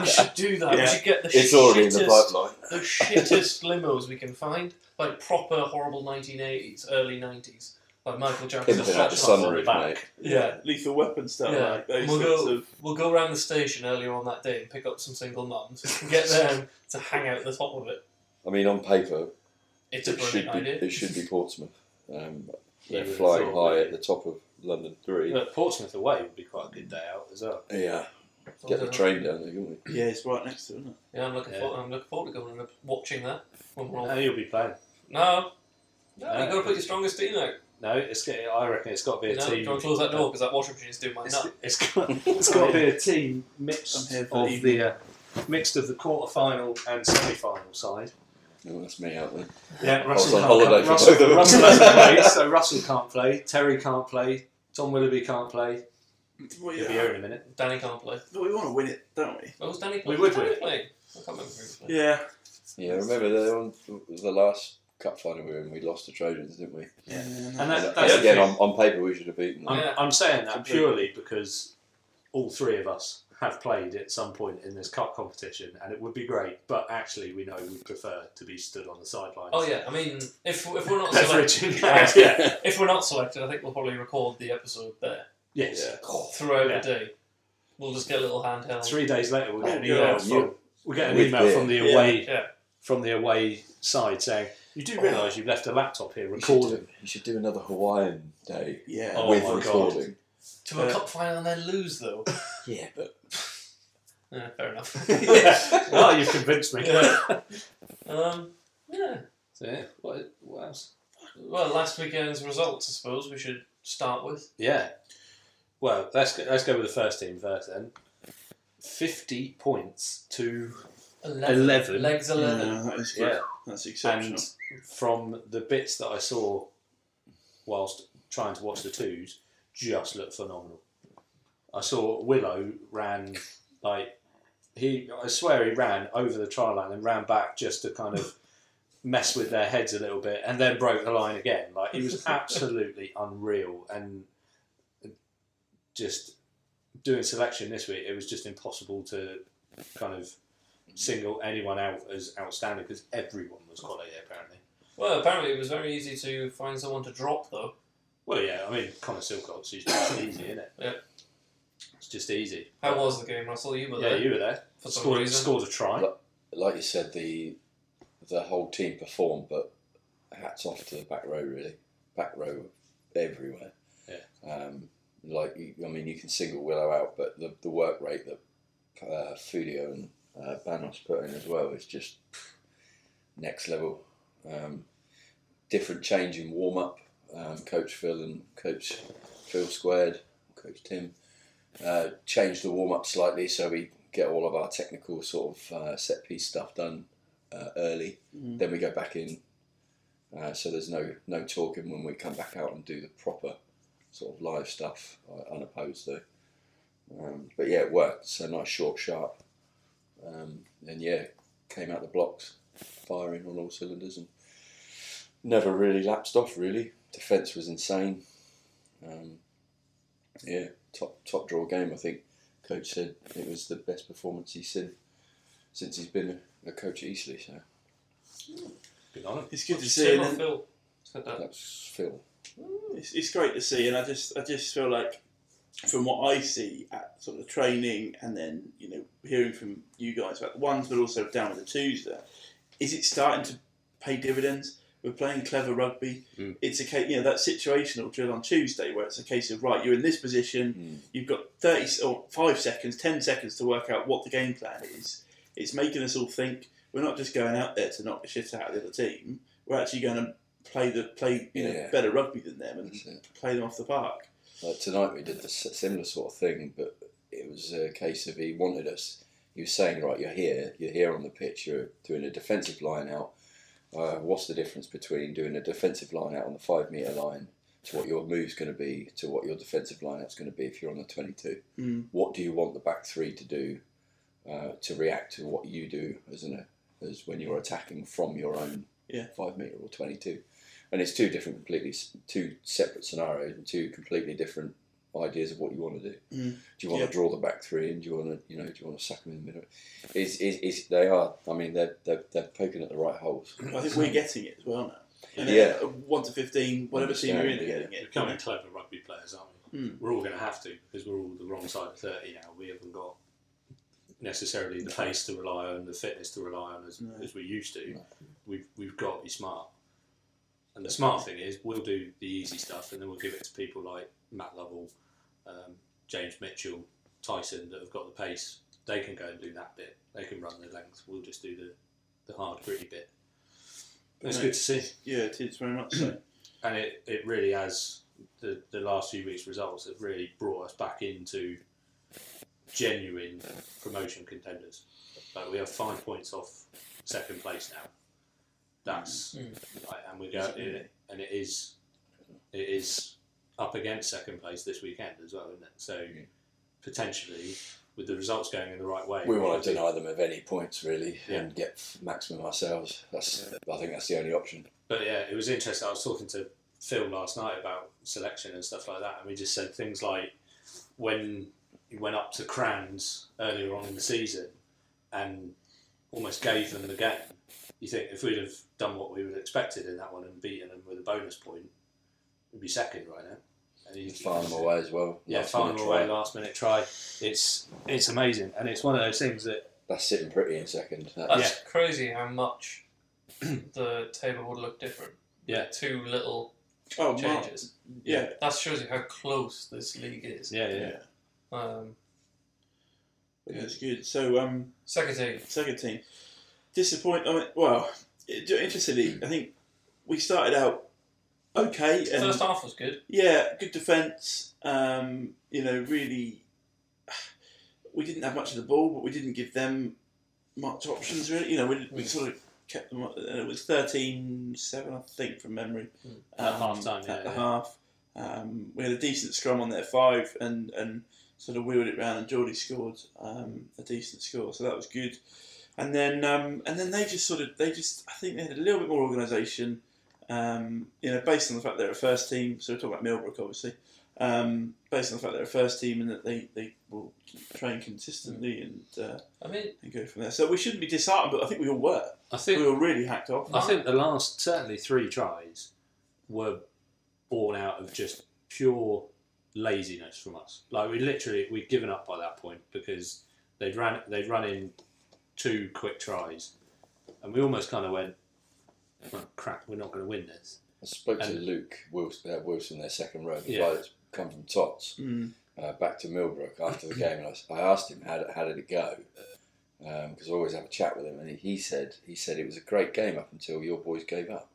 [SPEAKER 2] we should do that.
[SPEAKER 1] Yeah.
[SPEAKER 2] We should get the
[SPEAKER 4] it's
[SPEAKER 2] shittest,
[SPEAKER 4] already in the pipeline.
[SPEAKER 2] the shittest limos we can find, like proper horrible 1980s, early 90s, like Michael Jackson's
[SPEAKER 4] Pimping out the
[SPEAKER 2] Hot Shots.
[SPEAKER 3] on the
[SPEAKER 4] sunroof,
[SPEAKER 3] back.
[SPEAKER 4] mate.
[SPEAKER 2] Yeah.
[SPEAKER 1] lethal weapon stuff
[SPEAKER 2] Yeah.
[SPEAKER 1] like those
[SPEAKER 2] We'll
[SPEAKER 1] sorts
[SPEAKER 2] go-
[SPEAKER 1] of.
[SPEAKER 2] We'll go around the station earlier on that day and pick up some single mums and get them to hang out at the top of it.
[SPEAKER 4] I mean, on paper,
[SPEAKER 2] It's a
[SPEAKER 4] it should
[SPEAKER 2] brilliant
[SPEAKER 4] be
[SPEAKER 2] idea.
[SPEAKER 4] it should be Portsmouth. Um,
[SPEAKER 3] Yeah,
[SPEAKER 4] they're
[SPEAKER 3] we
[SPEAKER 4] flying
[SPEAKER 3] thought,
[SPEAKER 4] high
[SPEAKER 3] yeah.
[SPEAKER 4] at the top of London three.
[SPEAKER 3] But Portsmouth away would be quite a good day out as well.
[SPEAKER 4] Yeah, get the train down there, couldn't
[SPEAKER 1] Yeah, it's right next to it. Isn't it?
[SPEAKER 2] Yeah, I'm looking
[SPEAKER 3] Yeah. Uh,
[SPEAKER 2] forward. I'm looking forward to going and watching that when we're all
[SPEAKER 3] No, you'll be playing.
[SPEAKER 2] No. No,
[SPEAKER 3] No.
[SPEAKER 2] you got to put your strongest team out.
[SPEAKER 3] No, it's get, I reckon it's got to be
[SPEAKER 2] You
[SPEAKER 3] a
[SPEAKER 2] know, do
[SPEAKER 3] team.
[SPEAKER 2] you want to close that door because that washing machine is doing my
[SPEAKER 3] It's,
[SPEAKER 2] nut.
[SPEAKER 3] it's got it's got to be a team mixed
[SPEAKER 1] I'm here
[SPEAKER 3] of
[SPEAKER 1] for the
[SPEAKER 3] the uh, mixed of the quarter final and semi final side.
[SPEAKER 4] we? Oh, that's me out there.
[SPEAKER 3] Yeah,
[SPEAKER 4] was
[SPEAKER 3] Russell
[SPEAKER 4] on
[SPEAKER 3] can't,
[SPEAKER 4] holiday for
[SPEAKER 3] Russell,
[SPEAKER 4] both of them.
[SPEAKER 3] Russell doesn't play, so Russell can't play. Terry can't play. Tom Willoughby can't play.
[SPEAKER 1] Well,
[SPEAKER 3] He'll
[SPEAKER 1] yeah,
[SPEAKER 3] be here in a minute.
[SPEAKER 2] Danny can't play.
[SPEAKER 1] But we want to win it, don't we?
[SPEAKER 2] What was Danny
[SPEAKER 3] We
[SPEAKER 2] playing?
[SPEAKER 3] would
[SPEAKER 2] Danny
[SPEAKER 3] win it.
[SPEAKER 2] playing? I can't remember who was playing.
[SPEAKER 1] Yeah.
[SPEAKER 4] Yeah, remember the one, the last cup final we were in, we lost to Trojans, didn't we?
[SPEAKER 1] Yeah.
[SPEAKER 3] And that-
[SPEAKER 4] And
[SPEAKER 3] that's the
[SPEAKER 4] again,
[SPEAKER 3] thing.
[SPEAKER 4] on, on paper we should have beaten them.
[SPEAKER 3] I'm,
[SPEAKER 2] Mm. Yeah.
[SPEAKER 3] I'm saying that
[SPEAKER 1] Completely.
[SPEAKER 3] purely because all three of us have played at some point in this cup competition, and it would be great. But actually, we know we prefer to be stood on the sidelines.
[SPEAKER 2] Oh yeah, I mean, if, if we're not selected,
[SPEAKER 3] leveraging.
[SPEAKER 2] Yeah.
[SPEAKER 3] yeah.
[SPEAKER 2] if we're not selected, I think we'll probably record the episode there
[SPEAKER 3] Yes.
[SPEAKER 2] throughout
[SPEAKER 3] Yeah.
[SPEAKER 2] the day. We'll just get a little handheld.
[SPEAKER 3] Three days later, we get an
[SPEAKER 1] Yeah,
[SPEAKER 3] email
[SPEAKER 1] you-
[SPEAKER 3] from we get an
[SPEAKER 4] with
[SPEAKER 3] email
[SPEAKER 4] beer.
[SPEAKER 3] from the
[SPEAKER 1] Yeah,
[SPEAKER 3] away
[SPEAKER 2] yeah.
[SPEAKER 3] from the away side saying, "You do realise you've left a laptop here
[SPEAKER 4] You should,
[SPEAKER 3] recording."
[SPEAKER 4] do, you should do another Hawaiian day
[SPEAKER 1] Yeah.
[SPEAKER 3] Oh
[SPEAKER 4] with
[SPEAKER 3] my God.
[SPEAKER 4] recording.
[SPEAKER 2] To a
[SPEAKER 3] uh,
[SPEAKER 1] Yeah.
[SPEAKER 2] cup final and then lose though.
[SPEAKER 4] Yeah, but
[SPEAKER 2] yeah, fair enough.
[SPEAKER 3] oh, you've convinced me.
[SPEAKER 2] Yeah. Um, yeah.
[SPEAKER 3] So, yeah, What, what else?
[SPEAKER 2] Well, last weekend's results, I suppose we should start with.
[SPEAKER 3] Yeah. Well, let's go, let's go with the first team first then. 50 points to
[SPEAKER 2] 11.
[SPEAKER 3] Eleven.
[SPEAKER 2] Legs 11.
[SPEAKER 1] Yeah, that is good.
[SPEAKER 3] yeah,
[SPEAKER 1] That's exceptional.
[SPEAKER 3] and from the bits that I saw whilst trying to watch the twos, just looked phenomenal. I saw Willow ran like he. I swear he ran over the try line and ran back just to kind of mess with their heads a little bit, and then broke the line again. Like he was absolutely unreal and just doing selection this week. It was just impossible to kind of single anyone out as outstanding because everyone was quality apparently.
[SPEAKER 2] Well, apparently it was very easy to find someone to drop, though.
[SPEAKER 3] Well, yeah, I mean, Connor Silcox is just easy, isn't it?
[SPEAKER 2] Yeah.
[SPEAKER 3] It's just easy.
[SPEAKER 2] How was the game, Russell? You were
[SPEAKER 3] yeah,
[SPEAKER 2] there
[SPEAKER 3] you were there.
[SPEAKER 2] for some
[SPEAKER 3] Scored,
[SPEAKER 2] reason.
[SPEAKER 3] scored a try.
[SPEAKER 4] Look. Like you said, the the whole team performed, but hats off to the back row really. Back row everywhere. Yeah. Um, like you- I mean, you can single Willow out, but the, the work rate that uh, Fudio and uh, Banos put in as well is just next level. Um, different change in warm up. Um, Coach Phil and Coach Phil Squared, Coach Tim, uh, changed the warm up slightly so we get all of our technical sort of uh, set piece stuff done uh, early.
[SPEAKER 1] Mm.
[SPEAKER 4] Then we go back in. Uh, so there's no no talking when we come back out and do the proper sort of live stuff, uh, unopposed though. Um, but yeah, it worked. So nice, short, sharp, um, and yeah, came out the blocks, firing on all cylinders, and never really lapsed off. Really, defense was insane. Um, yeah, top top draw game. I think coach said it was the best performance he's seen since he's been a, a coach at Eastleigh. So
[SPEAKER 3] Good on him.
[SPEAKER 1] It's good to see. And
[SPEAKER 2] Tim or
[SPEAKER 1] then-
[SPEAKER 2] Phil said that.
[SPEAKER 4] that's Phil.
[SPEAKER 1] it's, it's great to see, and I just I just feel like from what I see at sort of training, and then you know hearing from you guys about the ones, but also down with the twos. There is it starting to pay dividends. We're playing clever rugby.
[SPEAKER 3] Mm.
[SPEAKER 1] It's a case, you know, that situational drill on Tuesday where it's a case of right, you're in this position, you've got thirty s- or five seconds, ten seconds to work out what the game plan is. It's making us all think. We're not just going out there to knock the shit out of the other team. We're actually going to play the play you know
[SPEAKER 4] Yeah.
[SPEAKER 1] better rugby than them and
[SPEAKER 4] That's it.
[SPEAKER 1] play them off the park.
[SPEAKER 4] Like tonight we did the s- similar sort of thing, but it was a case of he wanted us. He was saying, right, you're here, you're here on the pitch, you're doing a defensive line out. Uh, what's the difference between doing a defensive line out on the five metre line to what your move's going to be, to what your defensive line out's going to be if you're on the 22?
[SPEAKER 1] Mm.
[SPEAKER 4] What do you want the back three to do uh, to react to what you do as, an, as when you're attacking from your own
[SPEAKER 1] Yeah.
[SPEAKER 4] five metre or 22? And it's two different, completely, s- two separate scenarios and two completely different ideas of what you want to do.
[SPEAKER 1] Mm.
[SPEAKER 4] Do you want
[SPEAKER 1] Yeah.
[SPEAKER 4] to draw the back three in? Do you want to, you know, do you want to suck them in the middle? Is is, is they are? I mean, they're, they're they're poking at the right holes.
[SPEAKER 1] I think we're getting it as well now. And
[SPEAKER 4] Yeah.
[SPEAKER 1] then, uh, one to fifteen, whatever team you're in, they're getting
[SPEAKER 3] We're
[SPEAKER 1] it.
[SPEAKER 3] becoming clever rugby players, aren't we?
[SPEAKER 1] Mm.
[SPEAKER 3] We're all going to have to because we're all the wrong side of 30 now. We haven't got necessarily the pace to rely on, the fitness to rely on as,
[SPEAKER 1] No.
[SPEAKER 3] as we used to.
[SPEAKER 4] No.
[SPEAKER 3] We've, we've got to be smart. And the smart thing is we'll do the easy stuff and then we'll give it to people like Matt Lovell, um, James Mitchell, Tyson that have got the pace. They can go and do that bit. They can run the length. We'll just do the, the hard, gritty bit. It's
[SPEAKER 1] No.
[SPEAKER 3] good to see
[SPEAKER 1] Yeah, it is very much so.
[SPEAKER 3] and it, it really has the, the last few weeks results have really brought us back into genuine promotion contenders like we have five points off second place now that's
[SPEAKER 2] Mm.
[SPEAKER 3] like, and we go and it is it is up against second place this weekend as well isn't it so
[SPEAKER 4] Yeah.
[SPEAKER 3] potentially with the results going in the right way
[SPEAKER 4] We want to
[SPEAKER 3] could-
[SPEAKER 4] deny them of any points really
[SPEAKER 3] Yeah.
[SPEAKER 4] and get maximum ourselves. That's I think that's the only option.
[SPEAKER 3] But yeah, it was interesting. I was talking to Phil last night about selection and stuff like that, and we just said things like when he went up to Crans earlier on in the season and almost gave them the game. You think if we'd have done what we would have expected in that one and beaten them with a bonus point, we'd be second right now. And he-
[SPEAKER 4] Farnham away as well.
[SPEAKER 3] Yeah,
[SPEAKER 4] Last
[SPEAKER 3] Farnham
[SPEAKER 4] minute
[SPEAKER 3] away,
[SPEAKER 4] try.
[SPEAKER 3] last minute try. It's it's amazing, and it's one of those things that
[SPEAKER 4] That's sitting pretty in second. That-
[SPEAKER 3] Uh,
[SPEAKER 2] That's crazy how much the table would look different. with
[SPEAKER 3] Yeah.
[SPEAKER 2] Two little
[SPEAKER 1] Oh, Mark.
[SPEAKER 2] changes.
[SPEAKER 1] Yeah.
[SPEAKER 2] That shows you how close this league is.
[SPEAKER 3] yeah,
[SPEAKER 1] Yeah.
[SPEAKER 3] yeah.
[SPEAKER 2] Um,
[SPEAKER 1] Yeah, it's good. So, um,
[SPEAKER 2] second team.
[SPEAKER 1] second team. Disappoint. I mean, well, it- interestingly, I think we started out okay. And
[SPEAKER 2] First half was good.
[SPEAKER 1] Yeah, good defence. Um, you know, really, we didn't have much of the ball, but we didn't give them much options, really. You know, we,
[SPEAKER 3] Mm.
[SPEAKER 1] we sort of kept them, and it was 13 7, I think, from memory. Um,
[SPEAKER 2] Mm.
[SPEAKER 3] At half-time, yeah,
[SPEAKER 1] At the
[SPEAKER 3] yeah.
[SPEAKER 1] half. Um, we had a decent scrum on their five and, and sort of wheeled it round, and Geordie scored um, a decent score, so that was good. And then, um, and then they just sort of, they just, I think they had a little bit more organisation um, you know, based on the fact they're a first team, so we're talking about Millbrook obviously, um, based on the fact they're a first team and that they, they will train consistently and, uh,
[SPEAKER 2] I mean,
[SPEAKER 1] and go from there. So we shouldn't be disheartened, but I think we all were.
[SPEAKER 3] I
[SPEAKER 1] We
[SPEAKER 3] think
[SPEAKER 1] were really hacked off.
[SPEAKER 3] I think the last certainly three tries were born out of just pure laziness from us. Like we literally we'd given up by that point because they'd ran they'd run in two quick tries, and we almost kind of went, oh, "Crap, we're not going to win this."
[SPEAKER 4] I spoke to
[SPEAKER 3] And-
[SPEAKER 4] Luke Wilson, uh, Wilson their second row, the
[SPEAKER 3] Yeah.
[SPEAKER 4] guy that's come from Tots,
[SPEAKER 1] Mm.
[SPEAKER 4] uh, back to Millbrook after the game. And I, I asked him, how, did- how did it go? Because I always have a chat with him. And he, he said he said it was a great game up until your boys gave up.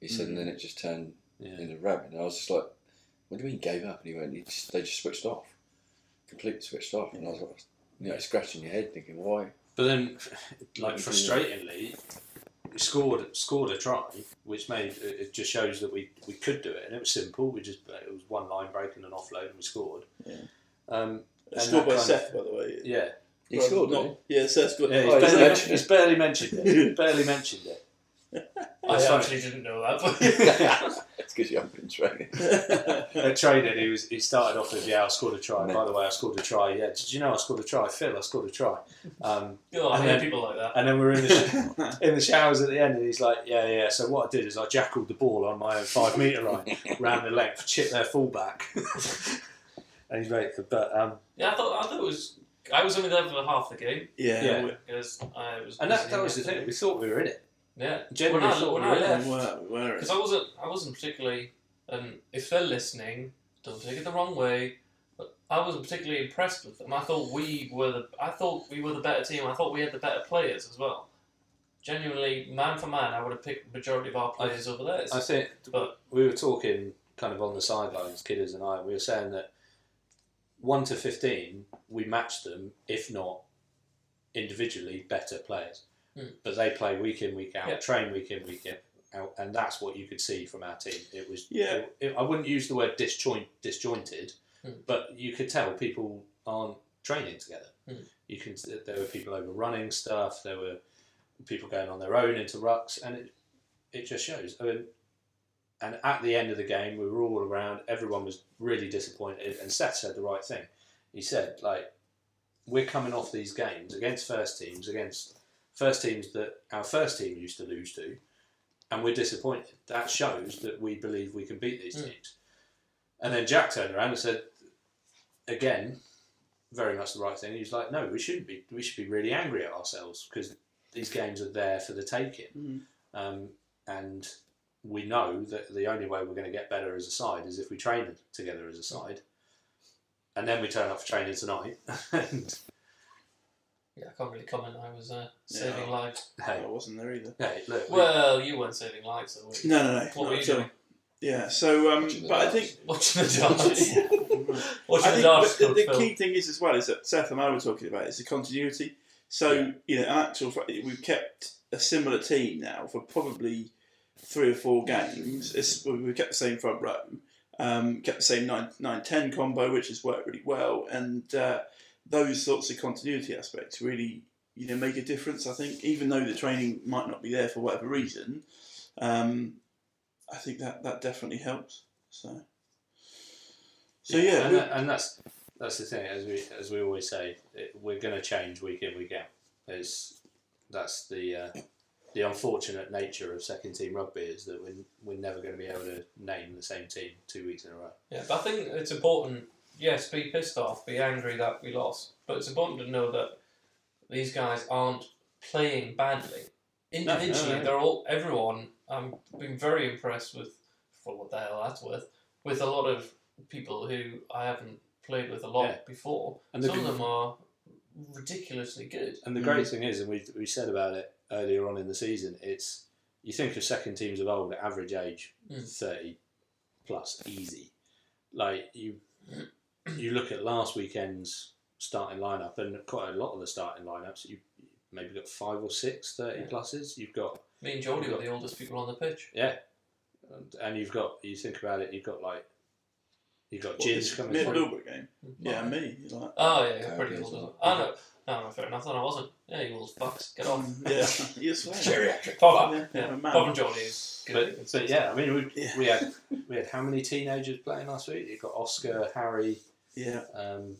[SPEAKER 4] He said, and then it just turned
[SPEAKER 3] Mm. Yeah,
[SPEAKER 4] into rabid. And I was just like, what do you mean gave up? And he went, he just, they just switched off. Completely switched off. And I was like, you know, scratching your head thinking, why?
[SPEAKER 3] but then, like frustratingly, we scored scored a try, which made it it just shows that we, we could do it, and it was simple. We just it was one line break and an offload, and we scored.
[SPEAKER 1] Yeah.
[SPEAKER 3] Um, and
[SPEAKER 1] Scored
[SPEAKER 3] that
[SPEAKER 1] by
[SPEAKER 3] kind of-
[SPEAKER 1] Seth, by the way.
[SPEAKER 3] yeah,
[SPEAKER 4] He
[SPEAKER 1] Well,
[SPEAKER 4] scored,
[SPEAKER 1] not-
[SPEAKER 4] didn't
[SPEAKER 1] Yeah, Seth scored.
[SPEAKER 3] Yeah,
[SPEAKER 4] Oh,
[SPEAKER 3] he's,
[SPEAKER 4] he's
[SPEAKER 3] barely,
[SPEAKER 4] mentioned-
[SPEAKER 3] he's barely mentioned it. He's barely mentioned it.
[SPEAKER 2] I
[SPEAKER 3] Oh, sorry.
[SPEAKER 2] actually didn't know that.
[SPEAKER 4] he?
[SPEAKER 2] But
[SPEAKER 4] it's because you haven't been training.
[SPEAKER 3] At training, he was he started off with yeah, I scored a try. By the way, I scored a try. Yeah, did you know I scored a try, Phil? I scored a try. Um,
[SPEAKER 2] oh, I
[SPEAKER 3] And
[SPEAKER 2] hate
[SPEAKER 3] then-
[SPEAKER 2] people like that.
[SPEAKER 3] and then we're in the sh- in the showers at the end, and he's like, yeah, yeah. So what I did is I jackled the ball on my own five meter line, round the length, chipped their fullback, and he's right. But um,
[SPEAKER 2] Yeah, I thought I thought it was. I was only there for half the game
[SPEAKER 1] Yeah,
[SPEAKER 3] Yeah.
[SPEAKER 1] We,
[SPEAKER 2] because I was.
[SPEAKER 3] and that,
[SPEAKER 2] busy
[SPEAKER 3] that was the thing. We thought we were in it.
[SPEAKER 2] Yeah,
[SPEAKER 3] Genuinely
[SPEAKER 2] When I-
[SPEAKER 3] thought
[SPEAKER 2] when
[SPEAKER 3] we
[SPEAKER 2] I
[SPEAKER 3] were in it.
[SPEAKER 2] left-
[SPEAKER 1] we were. We were.
[SPEAKER 2] because I wasn't. I wasn't particularly. And if they're listening, don't take it the wrong way. But I wasn't particularly impressed with them. I thought we were the. I thought we were the better team. I thought we had the better players as well. Genuinely, man for man, I would have picked the majority of our players over theirs.
[SPEAKER 3] I think
[SPEAKER 2] But-
[SPEAKER 3] we were talking kind of on the sidelines, Kidders and I. We were saying that one to fifteen, we matched them, if not individually, better players.
[SPEAKER 2] Hmm.
[SPEAKER 3] But they play week in, week out,
[SPEAKER 2] Yeah.
[SPEAKER 3] train week in, week out, and that's what you could see from our team. It was,
[SPEAKER 1] Yeah.
[SPEAKER 3] it- it- I wouldn't use the word disjoint, disjointed,
[SPEAKER 2] Hmm.
[SPEAKER 3] but you could tell people aren't training together.
[SPEAKER 2] Hmm.
[SPEAKER 3] You can. There were people overrunning stuff. There were people going on their own into rucks, and it it just shows. I mean, and at the end of the game, we were all around. Everyone was really disappointed, and Seth said the right thing. He said, like, we're coming off these games against first teams, against first teams that our first team used to lose to, and we're disappointed. That shows that we believe we can beat these
[SPEAKER 2] Mm.
[SPEAKER 3] teams. And then Jack turned around and said, again, very much the right thing. He was like, no, we shouldn't be. We should be really angry at ourselves because these games are there for the taking.
[SPEAKER 1] Mm.
[SPEAKER 3] Um, and we know that the only way we're going to get better as a side is if we train together as a side. And then we turn up for training tonight. and
[SPEAKER 2] yeah, I can't really comment. I was uh, saving
[SPEAKER 1] Yeah.
[SPEAKER 2] lives.
[SPEAKER 1] I
[SPEAKER 3] hey,
[SPEAKER 1] wasn't there either.
[SPEAKER 3] hey, look, we-
[SPEAKER 2] Well, you weren't saving lives, though. Were you?
[SPEAKER 1] No, no, no.
[SPEAKER 2] What
[SPEAKER 1] not
[SPEAKER 2] were you
[SPEAKER 1] at all.
[SPEAKER 2] doing?
[SPEAKER 1] Yeah. So, um,
[SPEAKER 4] Watching the
[SPEAKER 1] but I
[SPEAKER 4] darts.
[SPEAKER 1] think
[SPEAKER 2] Watching the darts.
[SPEAKER 1] I
[SPEAKER 2] Watching the
[SPEAKER 1] think
[SPEAKER 2] darts.
[SPEAKER 1] the, the,
[SPEAKER 2] Phil.
[SPEAKER 1] key thing is as well is that Seth and I were talking about is the continuity. So
[SPEAKER 3] Yeah.
[SPEAKER 1] you know, in actual fact, we've kept a similar team now for probably three or four games. It's, we've kept the same front row, um, kept the same 9-10 combo, which has worked really well, and uh, those sorts of continuity aspects really you know make a difference. I think even though the training might not be there for whatever reason, um, I think that that definitely helps. So. So yeah,
[SPEAKER 3] and,
[SPEAKER 1] we-
[SPEAKER 3] that, and that's that's the thing as we as we always say, it, we're going to change week in week out. It's, that's the uh, the unfortunate nature of second team rugby is that we're, we're never going to be able to name the same team two weeks in a row.
[SPEAKER 2] Yeah, but I think it's important. Yes, be pissed off, be angry that we lost, but it's important to know that these guys aren't playing badly.
[SPEAKER 3] no,
[SPEAKER 2] Individually,
[SPEAKER 3] no.
[SPEAKER 2] they're all everyone. I'm been very impressed with for what the hell that's worth. With a lot of people who I haven't played with a lot
[SPEAKER 3] Yeah.
[SPEAKER 2] before,
[SPEAKER 3] And the
[SPEAKER 2] some of
[SPEAKER 3] good-
[SPEAKER 2] them are ridiculously
[SPEAKER 1] Mm.
[SPEAKER 2] good. Mm.
[SPEAKER 3] And the great thing is, and we, we said about it earlier on in the season, it's You think of second teams of old, average age
[SPEAKER 2] Mm.
[SPEAKER 3] thirty plus, easy. Like you, you look at last weekend's starting lineup, and quite a lot of the starting lineups. You maybe got five or six 30 pluses. You've got
[SPEAKER 2] Me and Geordie were the oldest people on the pitch.
[SPEAKER 3] yeah, and, and you've got you think about it. You've got like you've got
[SPEAKER 1] What,
[SPEAKER 3] Jins
[SPEAKER 1] this
[SPEAKER 3] coming
[SPEAKER 1] Mid
[SPEAKER 3] through.
[SPEAKER 1] Millbrook game. Yeah, me. You're like,
[SPEAKER 2] Oh yeah, you're
[SPEAKER 4] Yeah,
[SPEAKER 2] pretty
[SPEAKER 4] okay,
[SPEAKER 2] old.
[SPEAKER 4] so-
[SPEAKER 2] isn't it? Oh no, no, no, fair enough. Then I wasn't. Yeah, you old fucks, get on.
[SPEAKER 1] mm, yeah, you swear.
[SPEAKER 4] Geriatric.
[SPEAKER 2] Pop
[SPEAKER 1] Yeah, yeah, man.
[SPEAKER 2] Pop and Geordie is good.
[SPEAKER 3] But, but yeah, I mean we,
[SPEAKER 1] Yeah.
[SPEAKER 3] we had we had how many teenagers playing last week? You got Oscar, Harry,
[SPEAKER 1] Yeah,
[SPEAKER 3] um,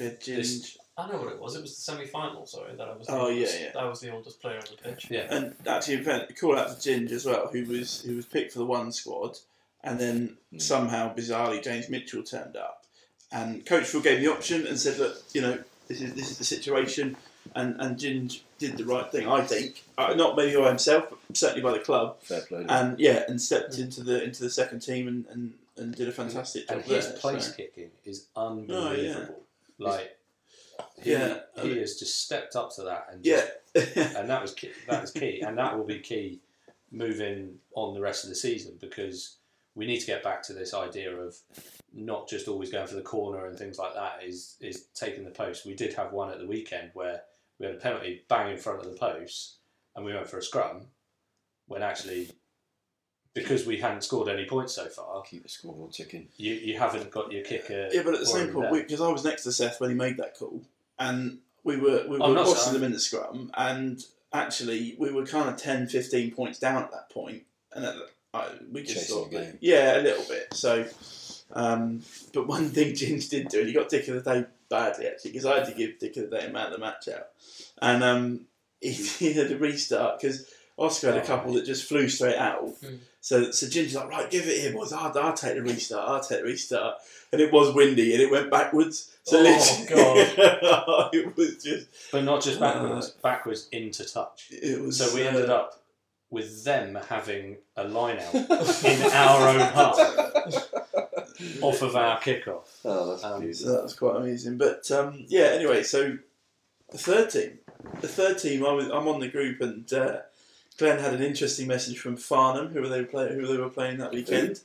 [SPEAKER 1] yeah, Ginge.
[SPEAKER 2] I know what it was. It was the semi-final. Sorry, that I was. The
[SPEAKER 1] Oh, yeah,
[SPEAKER 2] oldest-
[SPEAKER 1] yeah.
[SPEAKER 2] That was the oldest player on the pitch.
[SPEAKER 3] yeah.
[SPEAKER 1] and actually, in fact, call out to Ginge as well, who was who was picked for the one squad, and then
[SPEAKER 4] Hmm.
[SPEAKER 1] somehow bizarrely James Mitchell turned up, and Coach Will gave the option and said, look, you know, this is this is the situation, and and Ginge did the right thing, I think, uh, not maybe by himself, but certainly by the club,
[SPEAKER 4] Fair play.
[SPEAKER 3] Uh,
[SPEAKER 1] and yeah, and stepped into the into the second team and and, and did a fantastic job
[SPEAKER 3] and his
[SPEAKER 1] there,
[SPEAKER 3] place
[SPEAKER 1] so.
[SPEAKER 3] kicking is unbelievable. Like he,
[SPEAKER 1] Oh, Yeah, I
[SPEAKER 3] he
[SPEAKER 1] mean-
[SPEAKER 3] has just stepped up to that and
[SPEAKER 1] Yeah,
[SPEAKER 3] just, and that was key, that is key and that will be key moving on the rest of the season because we need to get back to this idea of not just always going for the corner and things like that is is taking the post. We did have one at the weekend where we had a penalty bang in front of the post and we went for a scrum when actually because we hadn't scored any points so far,
[SPEAKER 4] Keep the scoreboard ticking.
[SPEAKER 3] you, you haven't got your kicker.
[SPEAKER 1] Yeah, but at the same
[SPEAKER 3] already
[SPEAKER 1] point,
[SPEAKER 3] there.
[SPEAKER 1] because I was next to Seth when he made that call, and we were we
[SPEAKER 3] I'm
[SPEAKER 1] were
[SPEAKER 3] not
[SPEAKER 1] bossing
[SPEAKER 3] saying-
[SPEAKER 1] them in the scrum, and actually we were kind of 10, 15 points down at that point, and at the- I, we just
[SPEAKER 4] Chasing
[SPEAKER 1] thought,
[SPEAKER 4] the
[SPEAKER 1] that-
[SPEAKER 4] game.
[SPEAKER 1] yeah, a little bit. So, um, but one thing Ginge did do, and he got Dick of the Day badly actually, because I had to give Dick of the Day a man of the match out, and um, he, he had a restart because. Oscar had a
[SPEAKER 3] Oh,
[SPEAKER 1] couple that just flew straight out.
[SPEAKER 2] Hmm.
[SPEAKER 1] So, so Ginger's like, right, give it here, boys. I'll, I'll take the restart. I'll take the restart and it was windy and it went backwards. So
[SPEAKER 2] Oh,
[SPEAKER 1] God. it was just
[SPEAKER 3] But not just backwards, backwards into touch.
[SPEAKER 1] it was
[SPEAKER 3] So we
[SPEAKER 1] uh,
[SPEAKER 3] ended up with them having a line out in our own half off of our kickoff.
[SPEAKER 4] Oh, that's
[SPEAKER 3] Um,
[SPEAKER 1] so
[SPEAKER 4] beautiful.
[SPEAKER 1] that was quite amazing. But um, yeah, anyway, so the third team. The third team I was I'm on the group and uh, Glenn had an interesting message from Farnham, who they were play, who they were playing that weekend.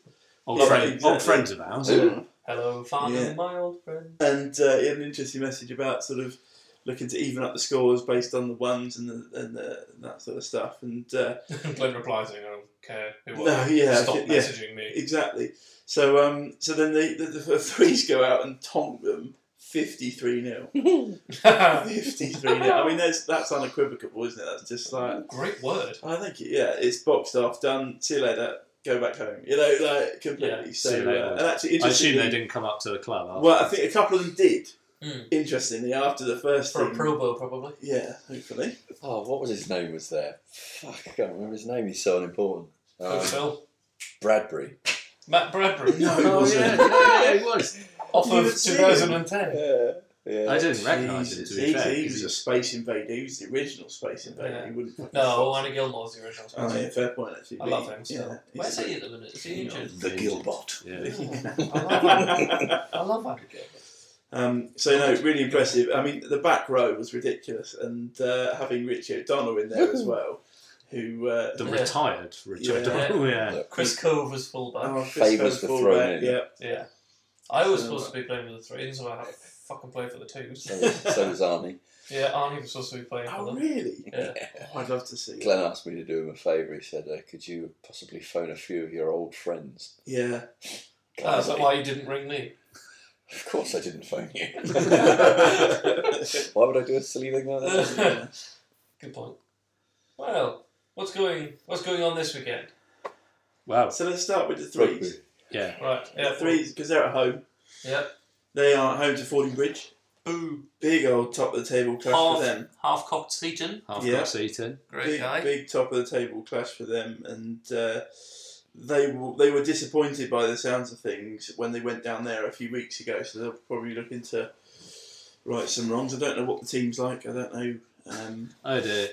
[SPEAKER 3] Old,
[SPEAKER 1] Yeah,
[SPEAKER 3] friend,
[SPEAKER 1] exactly.
[SPEAKER 3] old friends of ours.
[SPEAKER 2] Hello, Farnham,
[SPEAKER 1] Yeah.
[SPEAKER 2] my old friend.
[SPEAKER 1] and uh, he had an interesting message about sort of looking to even up the scores based on the ones and the, and, the, and that sort of stuff. And uh,
[SPEAKER 2] Glenn replies, "I don't care who
[SPEAKER 1] No,
[SPEAKER 2] are you.
[SPEAKER 1] yeah,
[SPEAKER 2] stop
[SPEAKER 1] yeah.
[SPEAKER 2] messaging me."
[SPEAKER 1] Exactly. So um, so then they, the, the threes go out and tonk them fifty three 0 fifty three 0 I mean, that's that's unequivocal, isn't it? That's just like
[SPEAKER 2] Great word.
[SPEAKER 1] I think it- yeah, it's boxed off, done. See you later. Go back home. You know, like completely.
[SPEAKER 3] Yeah,
[SPEAKER 1] so
[SPEAKER 3] see you later.
[SPEAKER 1] uh, and actually,
[SPEAKER 3] I assume
[SPEAKER 1] interestingly,
[SPEAKER 3] they didn't come up to the club. after.
[SPEAKER 1] well, I think a couple of them did.
[SPEAKER 3] Hmm.
[SPEAKER 2] Mm.
[SPEAKER 1] Interestingly, after the first
[SPEAKER 2] For a
[SPEAKER 1] thing-
[SPEAKER 2] Pro Bowl, probably.
[SPEAKER 1] yeah, hopefully.
[SPEAKER 4] Oh, what was his name? Was there? Fuck, I can't remember his name. He's so unimportant.
[SPEAKER 2] Good
[SPEAKER 3] Oh,
[SPEAKER 4] Um,
[SPEAKER 2] Phil.
[SPEAKER 4] Bradbury.
[SPEAKER 2] Matt Bradbury.
[SPEAKER 1] Uh, No, he
[SPEAKER 4] Oh,
[SPEAKER 1] wasn't.
[SPEAKER 4] yeah, yeah, yeah, he was.
[SPEAKER 2] Off
[SPEAKER 1] You
[SPEAKER 2] of
[SPEAKER 1] would see him.
[SPEAKER 2] 2010.
[SPEAKER 4] Yeah,
[SPEAKER 3] I
[SPEAKER 4] yeah.
[SPEAKER 3] didn't recognise him,
[SPEAKER 1] Jesus,
[SPEAKER 3] to
[SPEAKER 1] he,
[SPEAKER 3] be fair.
[SPEAKER 1] he
[SPEAKER 3] 'cause
[SPEAKER 1] was a
[SPEAKER 3] he's-
[SPEAKER 1] space invader. He was the original space invader.
[SPEAKER 2] Yeah.
[SPEAKER 1] He wouldn't. fucking
[SPEAKER 2] No,
[SPEAKER 1] stop.
[SPEAKER 2] Anna Gilmore's the original.
[SPEAKER 1] Oh, yeah, fair point, actually.
[SPEAKER 2] I love him. Still.
[SPEAKER 1] Yeah,
[SPEAKER 2] Where's
[SPEAKER 1] he's-
[SPEAKER 2] he at the minute? Is he injured?
[SPEAKER 4] The Gilbot.
[SPEAKER 3] yeah.
[SPEAKER 2] I love Anna. I love Anna Gilmore.
[SPEAKER 1] um, so no, really impressive. I mean, the back row was ridiculous, and uh, having Richie O'Donnell in there as well, who uh,
[SPEAKER 3] The
[SPEAKER 2] Yeah.
[SPEAKER 3] retired Richard.
[SPEAKER 1] Yeah.
[SPEAKER 3] O'Donnell, yeah.
[SPEAKER 2] Chris Cove was fullback.
[SPEAKER 1] oh, Chris
[SPEAKER 4] Favours
[SPEAKER 1] Cole's
[SPEAKER 4] the
[SPEAKER 1] fullback,
[SPEAKER 4] throne in.
[SPEAKER 1] Yeah,
[SPEAKER 2] Yeah. I was
[SPEAKER 1] So-
[SPEAKER 2] supposed to be playing for the threes, so I had to fucking play for the twos.
[SPEAKER 4] So, so was Arnie.
[SPEAKER 2] Yeah, Arnie was supposed to be playing for
[SPEAKER 1] oh
[SPEAKER 2] them.
[SPEAKER 1] really?
[SPEAKER 2] Yeah.
[SPEAKER 1] Oh, I'd love to see. it.
[SPEAKER 4] Glenn asked me to do him a favour. He said, uh, "Could you possibly phone a few of your old friends?"
[SPEAKER 1] Yeah,
[SPEAKER 2] Ah, is that why you didn't ring me?
[SPEAKER 4] Of course, I didn't phone you.
[SPEAKER 1] yeah.
[SPEAKER 4] why would I do a silly thing like that?
[SPEAKER 2] Good point. Well, what's going what's going on this weekend?
[SPEAKER 3] Wow.
[SPEAKER 1] So let's start with the threes.
[SPEAKER 3] Yeah.
[SPEAKER 2] Right, yeah,
[SPEAKER 1] The threes because they're at home.
[SPEAKER 2] Yeah,
[SPEAKER 1] They are at home to Fording Bridge.
[SPEAKER 2] boo.
[SPEAKER 1] Big old top of the table clash
[SPEAKER 2] Half,
[SPEAKER 1] for them.
[SPEAKER 2] half cocked Seaton,
[SPEAKER 3] Half
[SPEAKER 1] Yeah.
[SPEAKER 3] yeah. Seaton.
[SPEAKER 2] great
[SPEAKER 1] big,
[SPEAKER 2] guy.
[SPEAKER 1] big top of the table clash for them, and uh, they w- they were disappointed by the sounds of things when they went down there a few weeks ago. So they're probably looking to right some wrongs. I don't know what the team's like. I don't know. Um,
[SPEAKER 3] I had a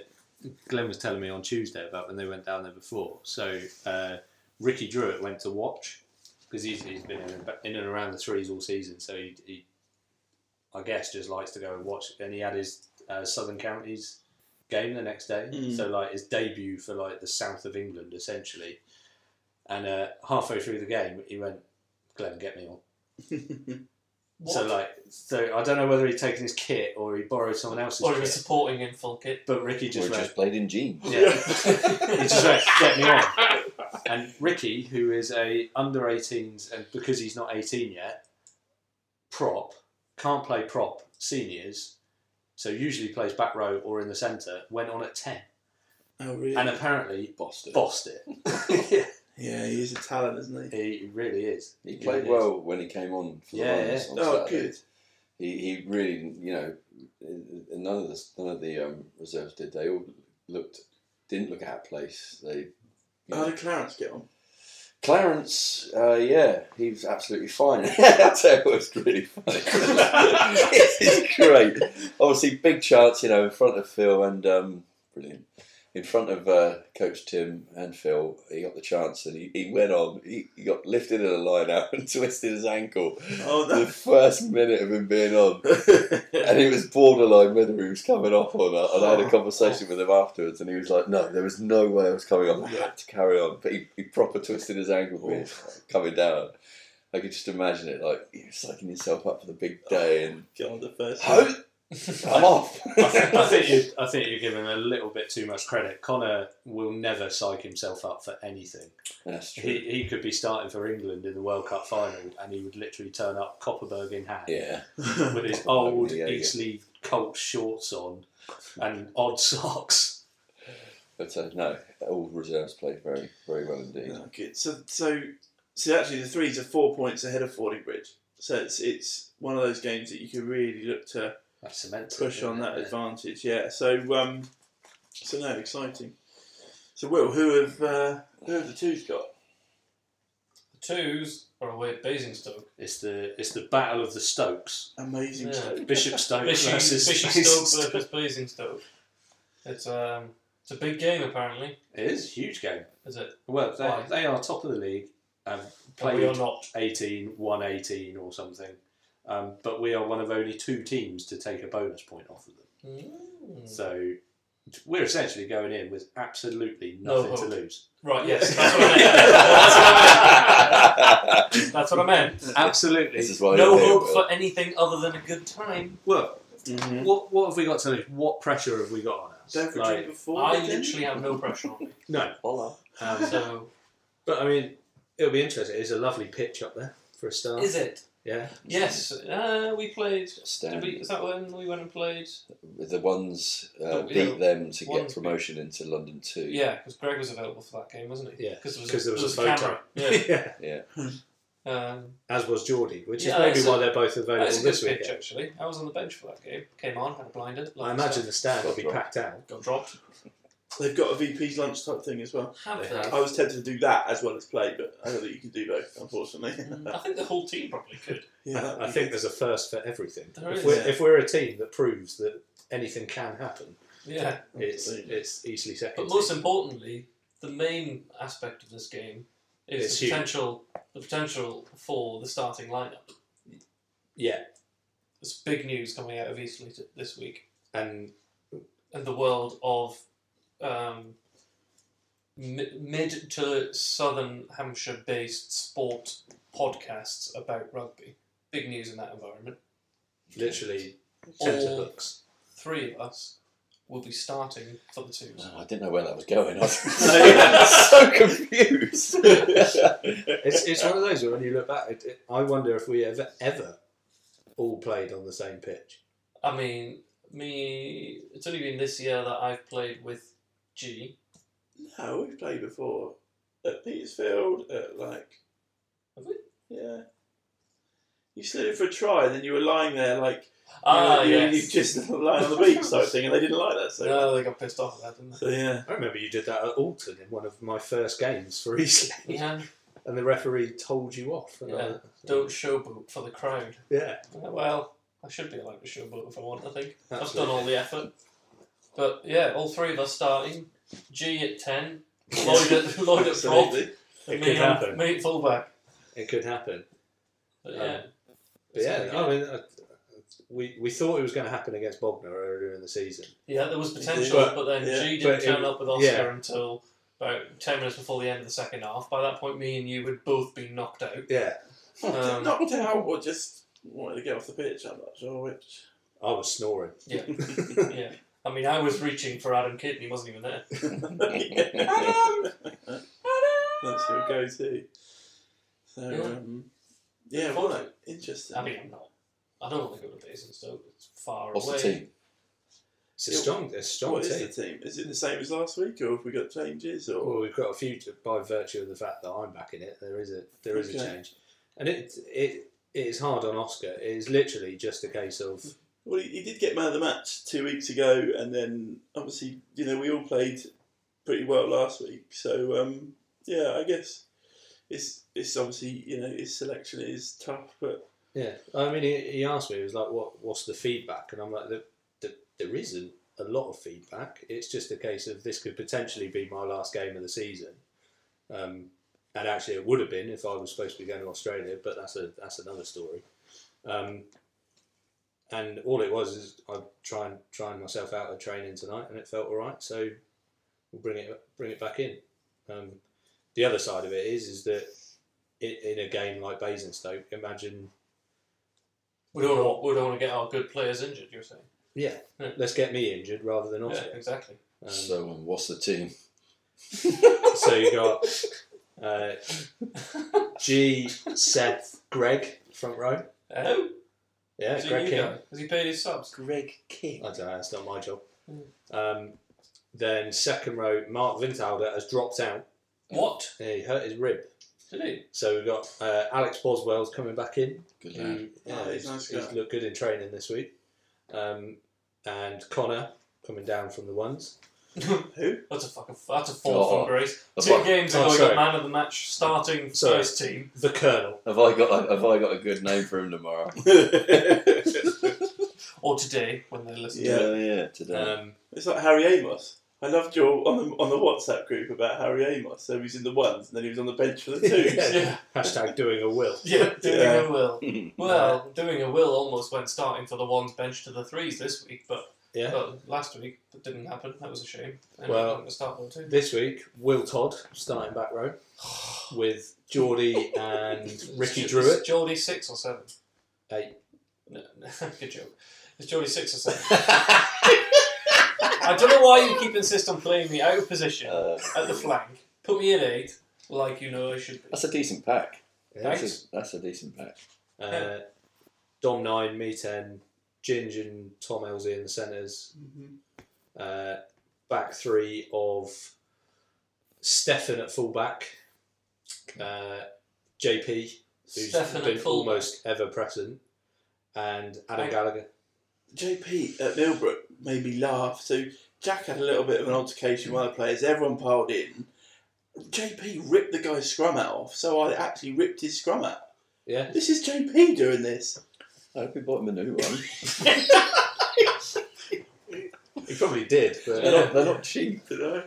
[SPEAKER 3] Glenn was telling me on Tuesday about when they went down there before. So uh, Ricky Druitt went to watch because he's, he's been in, and- in and around the threes all season. So he, he, I guess, just likes to go and watch. And he had his uh, Southern Counties game the next day.
[SPEAKER 1] Mm.
[SPEAKER 3] So like his debut for like the south of England essentially. And uh, halfway through the game, he went, "Glenn, get me on."
[SPEAKER 2] What?
[SPEAKER 3] So like, so I don't know whether he'd taken his kit or he borrowed someone else's
[SPEAKER 2] or he
[SPEAKER 3] kit.
[SPEAKER 2] was supporting in full kit.
[SPEAKER 3] But Ricky just
[SPEAKER 4] or
[SPEAKER 3] went,
[SPEAKER 4] just played in jeans.
[SPEAKER 3] yeah. he just went, "Get me on." And Ricky, who is a under 18s and because he's not 18 yet, prop can't play prop seniors, so usually plays back row or in the centre. Went on at 10
[SPEAKER 1] Oh, really?
[SPEAKER 3] and apparently
[SPEAKER 4] Boston.
[SPEAKER 3] bossed it.
[SPEAKER 1] yeah, he is a talent, isn't
[SPEAKER 3] he really is.
[SPEAKER 4] He played
[SPEAKER 3] really
[SPEAKER 4] well when he came on. For
[SPEAKER 3] Yeah,
[SPEAKER 4] the Lions
[SPEAKER 1] he?
[SPEAKER 4] on
[SPEAKER 1] Oh,
[SPEAKER 4] Saturday.
[SPEAKER 1] good.
[SPEAKER 4] He, he really, you know, none of the none of the um, reserves did. They all looked didn't look out of place. They you
[SPEAKER 1] How
[SPEAKER 4] know.
[SPEAKER 1] did Clarence get on?
[SPEAKER 4] Clarence, uh, yeah, he was absolutely fine. I'll tell you what, it's really funny. it's great. Obviously, big chance, you know, in front of Phil and um, brilliant. In front of uh, Coach Tim and Phil, he got the chance and he, he went on. He, he got lifted in a line out and twisted his ankle the
[SPEAKER 1] Oh,
[SPEAKER 4] first minute of him being on.
[SPEAKER 1] no.
[SPEAKER 4] And it was borderline whether he was coming off or not. And I
[SPEAKER 2] Oh.
[SPEAKER 4] had a conversation with him afterwards, and he was like, "No, there was no way I was coming off. I had to carry on." But he, he proper twisted his ankle when he was coming down. I could just imagine it, like you psyching yourself up for the big
[SPEAKER 2] Oh.
[SPEAKER 4] day, and
[SPEAKER 1] get on the first.
[SPEAKER 4] "Ho, I'm off.
[SPEAKER 3] I think, I think you I think you're giving a little bit too much credit. Connor will never psych himself up for anything.
[SPEAKER 4] That's
[SPEAKER 3] He,
[SPEAKER 4] true.
[SPEAKER 3] he could be starting for England in the World Cup final, and he would literally turn up Copperberg in hand.
[SPEAKER 4] Yeah,
[SPEAKER 3] with his
[SPEAKER 1] Oh,
[SPEAKER 4] Probably,
[SPEAKER 3] old
[SPEAKER 4] yeah,
[SPEAKER 3] east
[SPEAKER 4] yeah.
[SPEAKER 3] sleeve Colt shorts on and odd socks.
[SPEAKER 4] but uh, no, all reserves played very, very well indeed.
[SPEAKER 1] No, Oh, good. So, so, so actually, the threes are four points ahead of Fording Bridge. So it's it's one of those games that you can really look to
[SPEAKER 3] That's cement.
[SPEAKER 1] push on that advantage. Yeah. So um, so no, exciting. So Will, who have uh, who have the twos got?
[SPEAKER 2] The twos are away at Basingstoke.
[SPEAKER 3] It's the it's the battle of the Stokes. Uh,
[SPEAKER 1] Amazing
[SPEAKER 2] Yeah.
[SPEAKER 1] stuff.
[SPEAKER 3] Bishop Stoke
[SPEAKER 2] Fishy,
[SPEAKER 3] versus
[SPEAKER 2] Fishy
[SPEAKER 3] Basingstoke.
[SPEAKER 2] Stoke versus Basingstoke. It's um, it's a big game apparently.
[SPEAKER 3] It is a huge game.
[SPEAKER 2] Is it?
[SPEAKER 3] Well,
[SPEAKER 2] Why?
[SPEAKER 3] they, they are top of the league um, and
[SPEAKER 2] Are we
[SPEAKER 3] played
[SPEAKER 2] or not?
[SPEAKER 3] 18, 118 or something. Um, but we are one of only two teams to take a bonus point off of them.
[SPEAKER 2] Mm.
[SPEAKER 3] So we're essentially going in with absolutely nothing to
[SPEAKER 2] hope.
[SPEAKER 3] lose.
[SPEAKER 2] Right. Yes. That's what I meant. That's what I meant. That's what I meant.
[SPEAKER 3] Absolutely.
[SPEAKER 4] this is why
[SPEAKER 2] No
[SPEAKER 4] you're here,
[SPEAKER 2] hope
[SPEAKER 4] Will.
[SPEAKER 2] for anything other than a good time.
[SPEAKER 3] Well,
[SPEAKER 1] Mm-hmm.
[SPEAKER 3] What what have we got to lose? What pressure have we got on us?
[SPEAKER 1] Don't
[SPEAKER 3] Like,
[SPEAKER 1] forget before.
[SPEAKER 2] I
[SPEAKER 1] then.
[SPEAKER 2] literally have no pressure on me.
[SPEAKER 3] no.
[SPEAKER 4] Hola.
[SPEAKER 3] Um,
[SPEAKER 2] Uh, So
[SPEAKER 3] but I mean, it'll be interesting. It's a lovely pitch up there for a start.
[SPEAKER 2] is it?
[SPEAKER 3] Yeah.
[SPEAKER 2] Yes. Uh, we played. Did
[SPEAKER 4] Stand.
[SPEAKER 2] we, is that when we went and played?
[SPEAKER 4] um, the ones uh,
[SPEAKER 2] Oh, yeah.
[SPEAKER 4] beat them to
[SPEAKER 2] Ones
[SPEAKER 4] get promotion into London two.
[SPEAKER 2] Yeah, because Greg was available for that game, wasn't he?
[SPEAKER 3] Yeah,
[SPEAKER 2] Because there was,
[SPEAKER 3] 'cause
[SPEAKER 2] there was, a, camera. Yeah.
[SPEAKER 3] yeah.
[SPEAKER 2] Um,
[SPEAKER 3] As was Geordie, which
[SPEAKER 2] Yeah,
[SPEAKER 3] is maybe
[SPEAKER 2] it's a-
[SPEAKER 3] why they're both available
[SPEAKER 2] that's a good
[SPEAKER 3] this
[SPEAKER 2] pitch,
[SPEAKER 3] weekend.
[SPEAKER 2] actually. I was on the bench for that game. Came on, had a blinder. lovely
[SPEAKER 3] I imagine
[SPEAKER 2] stuff.
[SPEAKER 3] the stand will be
[SPEAKER 4] Got
[SPEAKER 3] packed out.
[SPEAKER 2] Got dropped.
[SPEAKER 1] They've got a VP's lunch type thing as well.
[SPEAKER 2] Have
[SPEAKER 3] They
[SPEAKER 2] they?
[SPEAKER 1] I was tempted to do that as well as play, but I don't think you can do both, unfortunately.
[SPEAKER 2] Mm, I think the whole team probably could.
[SPEAKER 1] yeah, that would
[SPEAKER 3] I
[SPEAKER 1] be
[SPEAKER 3] think
[SPEAKER 1] good.
[SPEAKER 3] there's a first for everything.
[SPEAKER 2] There
[SPEAKER 3] if
[SPEAKER 2] is.
[SPEAKER 3] we're
[SPEAKER 1] Yeah.
[SPEAKER 3] if we're a team that proves that anything can happen,
[SPEAKER 2] Yeah.
[SPEAKER 3] it's
[SPEAKER 1] Absolutely.
[SPEAKER 3] it's easily second.
[SPEAKER 2] But most importantly, the main aspect of this game is
[SPEAKER 3] It's
[SPEAKER 2] the
[SPEAKER 3] huge.
[SPEAKER 2] potential the potential for the starting lineup.
[SPEAKER 3] yeah,
[SPEAKER 2] There's big news coming out of Eastleigh t- this week.
[SPEAKER 3] and
[SPEAKER 2] And the world of um, mi- mid to southern Hampshire based sport podcasts about rugby. Big news in that environment.
[SPEAKER 3] literally centre
[SPEAKER 2] All
[SPEAKER 3] hooks.
[SPEAKER 2] three of us will be starting for the twos.
[SPEAKER 4] Oh, I didn't know where that was going. I was so confused.
[SPEAKER 3] It's, it's one of those where when you look back, it, it, I wonder if we ever, ever all played on the same pitch.
[SPEAKER 2] I mean, me. It's only been this year that I've played with G.
[SPEAKER 1] No, we've played before at Petersfield, at like.
[SPEAKER 2] Have we?
[SPEAKER 1] Yeah. You slid in for a try, and then you were lying there like
[SPEAKER 2] Ah,
[SPEAKER 1] you, know,
[SPEAKER 2] yes.
[SPEAKER 1] you just lying on the beach type thing, and they didn't like that. So,
[SPEAKER 2] No, they got pissed off at that, didn't
[SPEAKER 1] so yeah,
[SPEAKER 3] I remember you did that at Alton in one of my first games for Eastleigh,
[SPEAKER 2] they? Yeah.
[SPEAKER 3] and the referee told you off. And I,
[SPEAKER 2] Yeah. Don't showboat for the crowd.
[SPEAKER 3] yeah,
[SPEAKER 2] Uh, Well, I should be allowed to showboat if I want. I think I've done
[SPEAKER 3] absolutely.
[SPEAKER 2] all the effort. But yeah, all three of us starting. G at ten. Lloyd at Lloyd at prop.
[SPEAKER 1] absolutely.
[SPEAKER 2] Me
[SPEAKER 3] It could
[SPEAKER 2] at
[SPEAKER 3] happen.
[SPEAKER 2] me at fullback.
[SPEAKER 3] It could happen.
[SPEAKER 2] But
[SPEAKER 3] Um,
[SPEAKER 2] yeah,
[SPEAKER 3] But yeah,
[SPEAKER 2] It's
[SPEAKER 3] I
[SPEAKER 2] gonna be
[SPEAKER 3] mean, I, we, we thought it was going to happen against Bogner earlier in the season.
[SPEAKER 2] Yeah, there was potential,
[SPEAKER 3] But-
[SPEAKER 2] but, then
[SPEAKER 1] yeah,
[SPEAKER 2] G didn't
[SPEAKER 3] but it-
[SPEAKER 2] turn up with Oscar
[SPEAKER 3] yeah.
[SPEAKER 2] until about 10 minutes before the end of the second half. By that point, me and you had both been knocked out.
[SPEAKER 3] Yeah,
[SPEAKER 2] Um,
[SPEAKER 1] knocked out or just wanted to get off the pitch. I'm not sure which. Um,
[SPEAKER 3] I was snoring.
[SPEAKER 2] Yeah. I mean, I was reaching for Adam Kidd and he wasn't even there.
[SPEAKER 1] That's your go-to. So
[SPEAKER 2] Yeah.
[SPEAKER 1] um, yeah,
[SPEAKER 2] Good
[SPEAKER 1] well, interesting.
[SPEAKER 2] I mean, I'm not. I don't want to go to Basingstoke. It's far
[SPEAKER 4] What's
[SPEAKER 2] away.
[SPEAKER 4] the team?
[SPEAKER 3] It's a strong, it's a strong
[SPEAKER 1] what
[SPEAKER 3] team.
[SPEAKER 1] is the team? Is it the same as last week, or have we got changes? Or
[SPEAKER 3] Well, we've got a few to, by virtue of the fact that I'm back in it. There is a there is
[SPEAKER 1] Okay.
[SPEAKER 3] a change, and it it it is hard on Oscar. It is literally just a case of
[SPEAKER 1] well, he, he did get man of the match two weeks ago, and then obviously you know we all played pretty well last week. So um, yeah, I guess it's it's obviously you know his selection is tough, but
[SPEAKER 3] yeah. I mean, he, he asked me, he was like, "What what's the feedback?" And I'm like, "There there- there isn't a lot of feedback. It's just a case of this could potentially be my last game of the season." Um, and actually, it would have been if I was supposed to be going to Australia, but that's a that's another story. Um, and all it was is I trying trying myself out at training tonight, and it felt all right. So we'll bring it bring it back in. Um, the other side of it is is that i in a game like Basingstoke, imagine
[SPEAKER 2] We don't want. We don't want to get our good players injured. You're saying.
[SPEAKER 3] yeah,
[SPEAKER 2] Yeah.
[SPEAKER 3] let's get me injured rather than
[SPEAKER 2] Yeah,
[SPEAKER 3] Oscar.
[SPEAKER 2] exactly.
[SPEAKER 3] Um, so.
[SPEAKER 4] So, um, what's the team?
[SPEAKER 3] Um, you got uh, G, Seth, Greg front row.
[SPEAKER 2] Hello.
[SPEAKER 3] Yeah,
[SPEAKER 2] Is he
[SPEAKER 3] Greg
[SPEAKER 2] new
[SPEAKER 3] King.
[SPEAKER 2] guy? Has he paid his subs?
[SPEAKER 1] Greg King.
[SPEAKER 3] I don't know, that's not my job.
[SPEAKER 2] Hmm.
[SPEAKER 3] Um, then second row, Mark Vintalder has dropped out.
[SPEAKER 2] What
[SPEAKER 3] He hurt his rib.
[SPEAKER 2] did he?
[SPEAKER 3] So we've got uh, Alex Boswell's coming back in.
[SPEAKER 4] Good
[SPEAKER 3] who,
[SPEAKER 4] lad.
[SPEAKER 3] yeah,
[SPEAKER 1] Oh, he's
[SPEAKER 3] he's,
[SPEAKER 1] a nice
[SPEAKER 3] he's
[SPEAKER 1] guy.
[SPEAKER 3] looked good in training this week. Um, and Connor coming down from the ones.
[SPEAKER 1] Who?
[SPEAKER 2] That's a fucking. That's a fall
[SPEAKER 4] Oh,
[SPEAKER 2] from grace.
[SPEAKER 4] Have
[SPEAKER 2] Two
[SPEAKER 4] I,
[SPEAKER 2] games
[SPEAKER 3] oh,
[SPEAKER 2] ago, he
[SPEAKER 3] sorry.
[SPEAKER 2] got man of the match, starting
[SPEAKER 3] Sorry.
[SPEAKER 2] first team.
[SPEAKER 3] The Colonel.
[SPEAKER 4] have I got a, have I got a good name for him tomorrow?
[SPEAKER 2] Or today, when they listen.
[SPEAKER 1] Yeah.
[SPEAKER 2] to
[SPEAKER 4] Oh, yeah, today.
[SPEAKER 3] Um,
[SPEAKER 1] It's like Harry Amos. I loved your on the, on the WhatsApp group about Harry Amos. So he was in the ones, and then he was on the bench for the twos.
[SPEAKER 2] it.
[SPEAKER 3] Yeah.
[SPEAKER 2] Yeah,
[SPEAKER 3] hashtag doing a will.
[SPEAKER 2] yeah, doing
[SPEAKER 1] Yeah.
[SPEAKER 2] a will. Well, doing a will almost went starting for the ones bench to the threes this week, but
[SPEAKER 3] Yeah.
[SPEAKER 2] well, last week it didn't happen. That was a shame. And
[SPEAKER 3] Well-
[SPEAKER 2] I'm gonna start one too.
[SPEAKER 3] This week, Will Todd starting back row with Geordie and Ricky
[SPEAKER 2] Is
[SPEAKER 3] Druitt.
[SPEAKER 2] Geordie six or seven.
[SPEAKER 3] Eight.
[SPEAKER 2] No, no, good joke. It's Geordie six or seven. I don't know why you keep insist on playing me out of position
[SPEAKER 4] Uh,
[SPEAKER 2] at the flank. Put me in eight, like you know I should be.
[SPEAKER 4] that's a decent pack.
[SPEAKER 3] Yeah.
[SPEAKER 4] That's a, that's a decent pack.
[SPEAKER 3] Uh, Dom nine, me ten, Ginge and Tom Elsie in the centres.
[SPEAKER 2] Mm-hmm.
[SPEAKER 3] Uh, back three of Stefan at fullback. Uh, JP, who's
[SPEAKER 2] Stefan
[SPEAKER 3] been
[SPEAKER 2] at full.
[SPEAKER 3] almost ever present, and Adam
[SPEAKER 2] Right.
[SPEAKER 3] Gallagher.
[SPEAKER 1] JP at Millbrook made me laugh. So Jack had a little bit of an altercation with other players. Everyone piled in. JP ripped the guy's scrum out off, so I actually ripped his scrum out.
[SPEAKER 3] Yeah,
[SPEAKER 1] This is JP doing this.
[SPEAKER 4] I hope we bought him a new one.
[SPEAKER 3] he probably did, but
[SPEAKER 4] They're not, they're not cheap.
[SPEAKER 1] You know?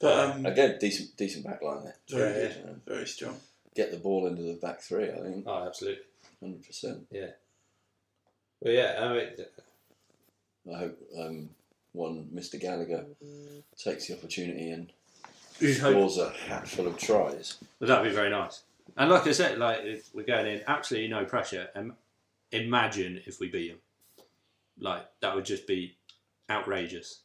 [SPEAKER 1] But
[SPEAKER 3] Uh,
[SPEAKER 1] um,
[SPEAKER 4] Again, decent decent back line there. Um,
[SPEAKER 1] very
[SPEAKER 3] yeah,
[SPEAKER 1] good, very strong.
[SPEAKER 4] Get the ball into the back three. I think
[SPEAKER 3] oh, absolutely.
[SPEAKER 4] hundred percent.
[SPEAKER 3] But yeah, I mean,
[SPEAKER 4] I hope um, one Mr Gallagher takes the opportunity and
[SPEAKER 3] you'd hope
[SPEAKER 4] scores a hatful of tries.
[SPEAKER 3] Well, that'd be very nice. And like I said, like if we're going in absolutely no pressure. And imagine if we beat them, like that would just be outrageous.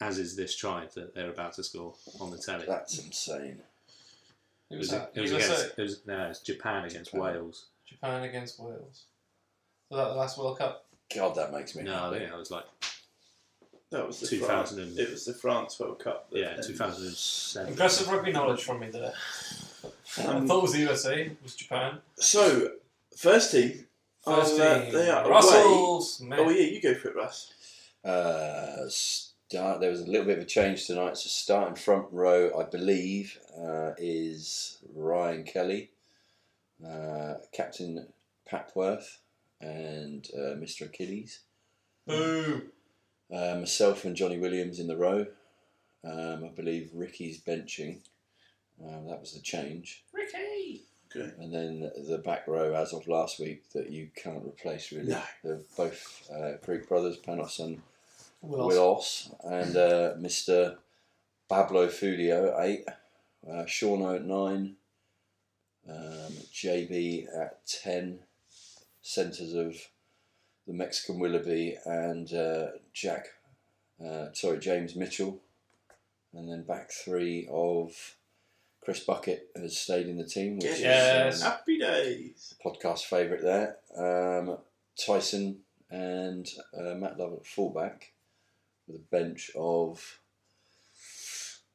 [SPEAKER 3] As is this try that they're about to score on the telly. It
[SPEAKER 4] That's insane.
[SPEAKER 2] It
[SPEAKER 3] was,
[SPEAKER 2] was,
[SPEAKER 3] it was
[SPEAKER 2] USA.
[SPEAKER 3] against it was, no, it's Japan against
[SPEAKER 4] Japan.
[SPEAKER 3] Wales.
[SPEAKER 2] Japan against Wales. Was that the last World Cup?
[SPEAKER 4] God, that makes me.
[SPEAKER 3] No, I
[SPEAKER 4] happy.
[SPEAKER 3] think that was like
[SPEAKER 1] That was the
[SPEAKER 3] 2000
[SPEAKER 1] France-
[SPEAKER 3] and-
[SPEAKER 1] It was the France World Cup. that-
[SPEAKER 3] yeah,
[SPEAKER 1] and-
[SPEAKER 3] two thousand and seven.
[SPEAKER 2] Impressive rugby knowledge from me there. I
[SPEAKER 1] Um,
[SPEAKER 2] thought it was the USA, it was Japan.
[SPEAKER 1] So first team.
[SPEAKER 2] First
[SPEAKER 1] Oh, uh,
[SPEAKER 2] team,
[SPEAKER 1] they are away.
[SPEAKER 2] Russell Smith.
[SPEAKER 1] Oh yeah, you go for it, Russ.
[SPEAKER 4] Uh, start, there was a little bit of a change tonight. So starting front row, I believe, uh, is Ryan Kelly, uh, Captain Papworth, and uh, Mr Achilles.
[SPEAKER 2] Boo!
[SPEAKER 4] Uh, myself and Johnny Williams in the row. Um, I believe Ricky's benching. Um, that was the change.
[SPEAKER 2] Ricky!
[SPEAKER 1] Okay.
[SPEAKER 4] And then the back row, as of last week, that you can't replace really.
[SPEAKER 1] No.
[SPEAKER 4] They're both uh, Greek brothers, Panos and
[SPEAKER 2] Well,
[SPEAKER 4] Willos, and uh, Mr. Pablo Fulio, 8, uh, Shauno at 9, um, JB at 10, centres of the Mexican Willoughby and uh, Jack, uh, sorry, James Mitchell, and then back three of Chris Bucket has stayed in the team, which
[SPEAKER 1] Yes.
[SPEAKER 4] is um,
[SPEAKER 1] Happy days.
[SPEAKER 4] podcast favourite there. Um, Tyson and uh, Matt Love at fullback with a bench of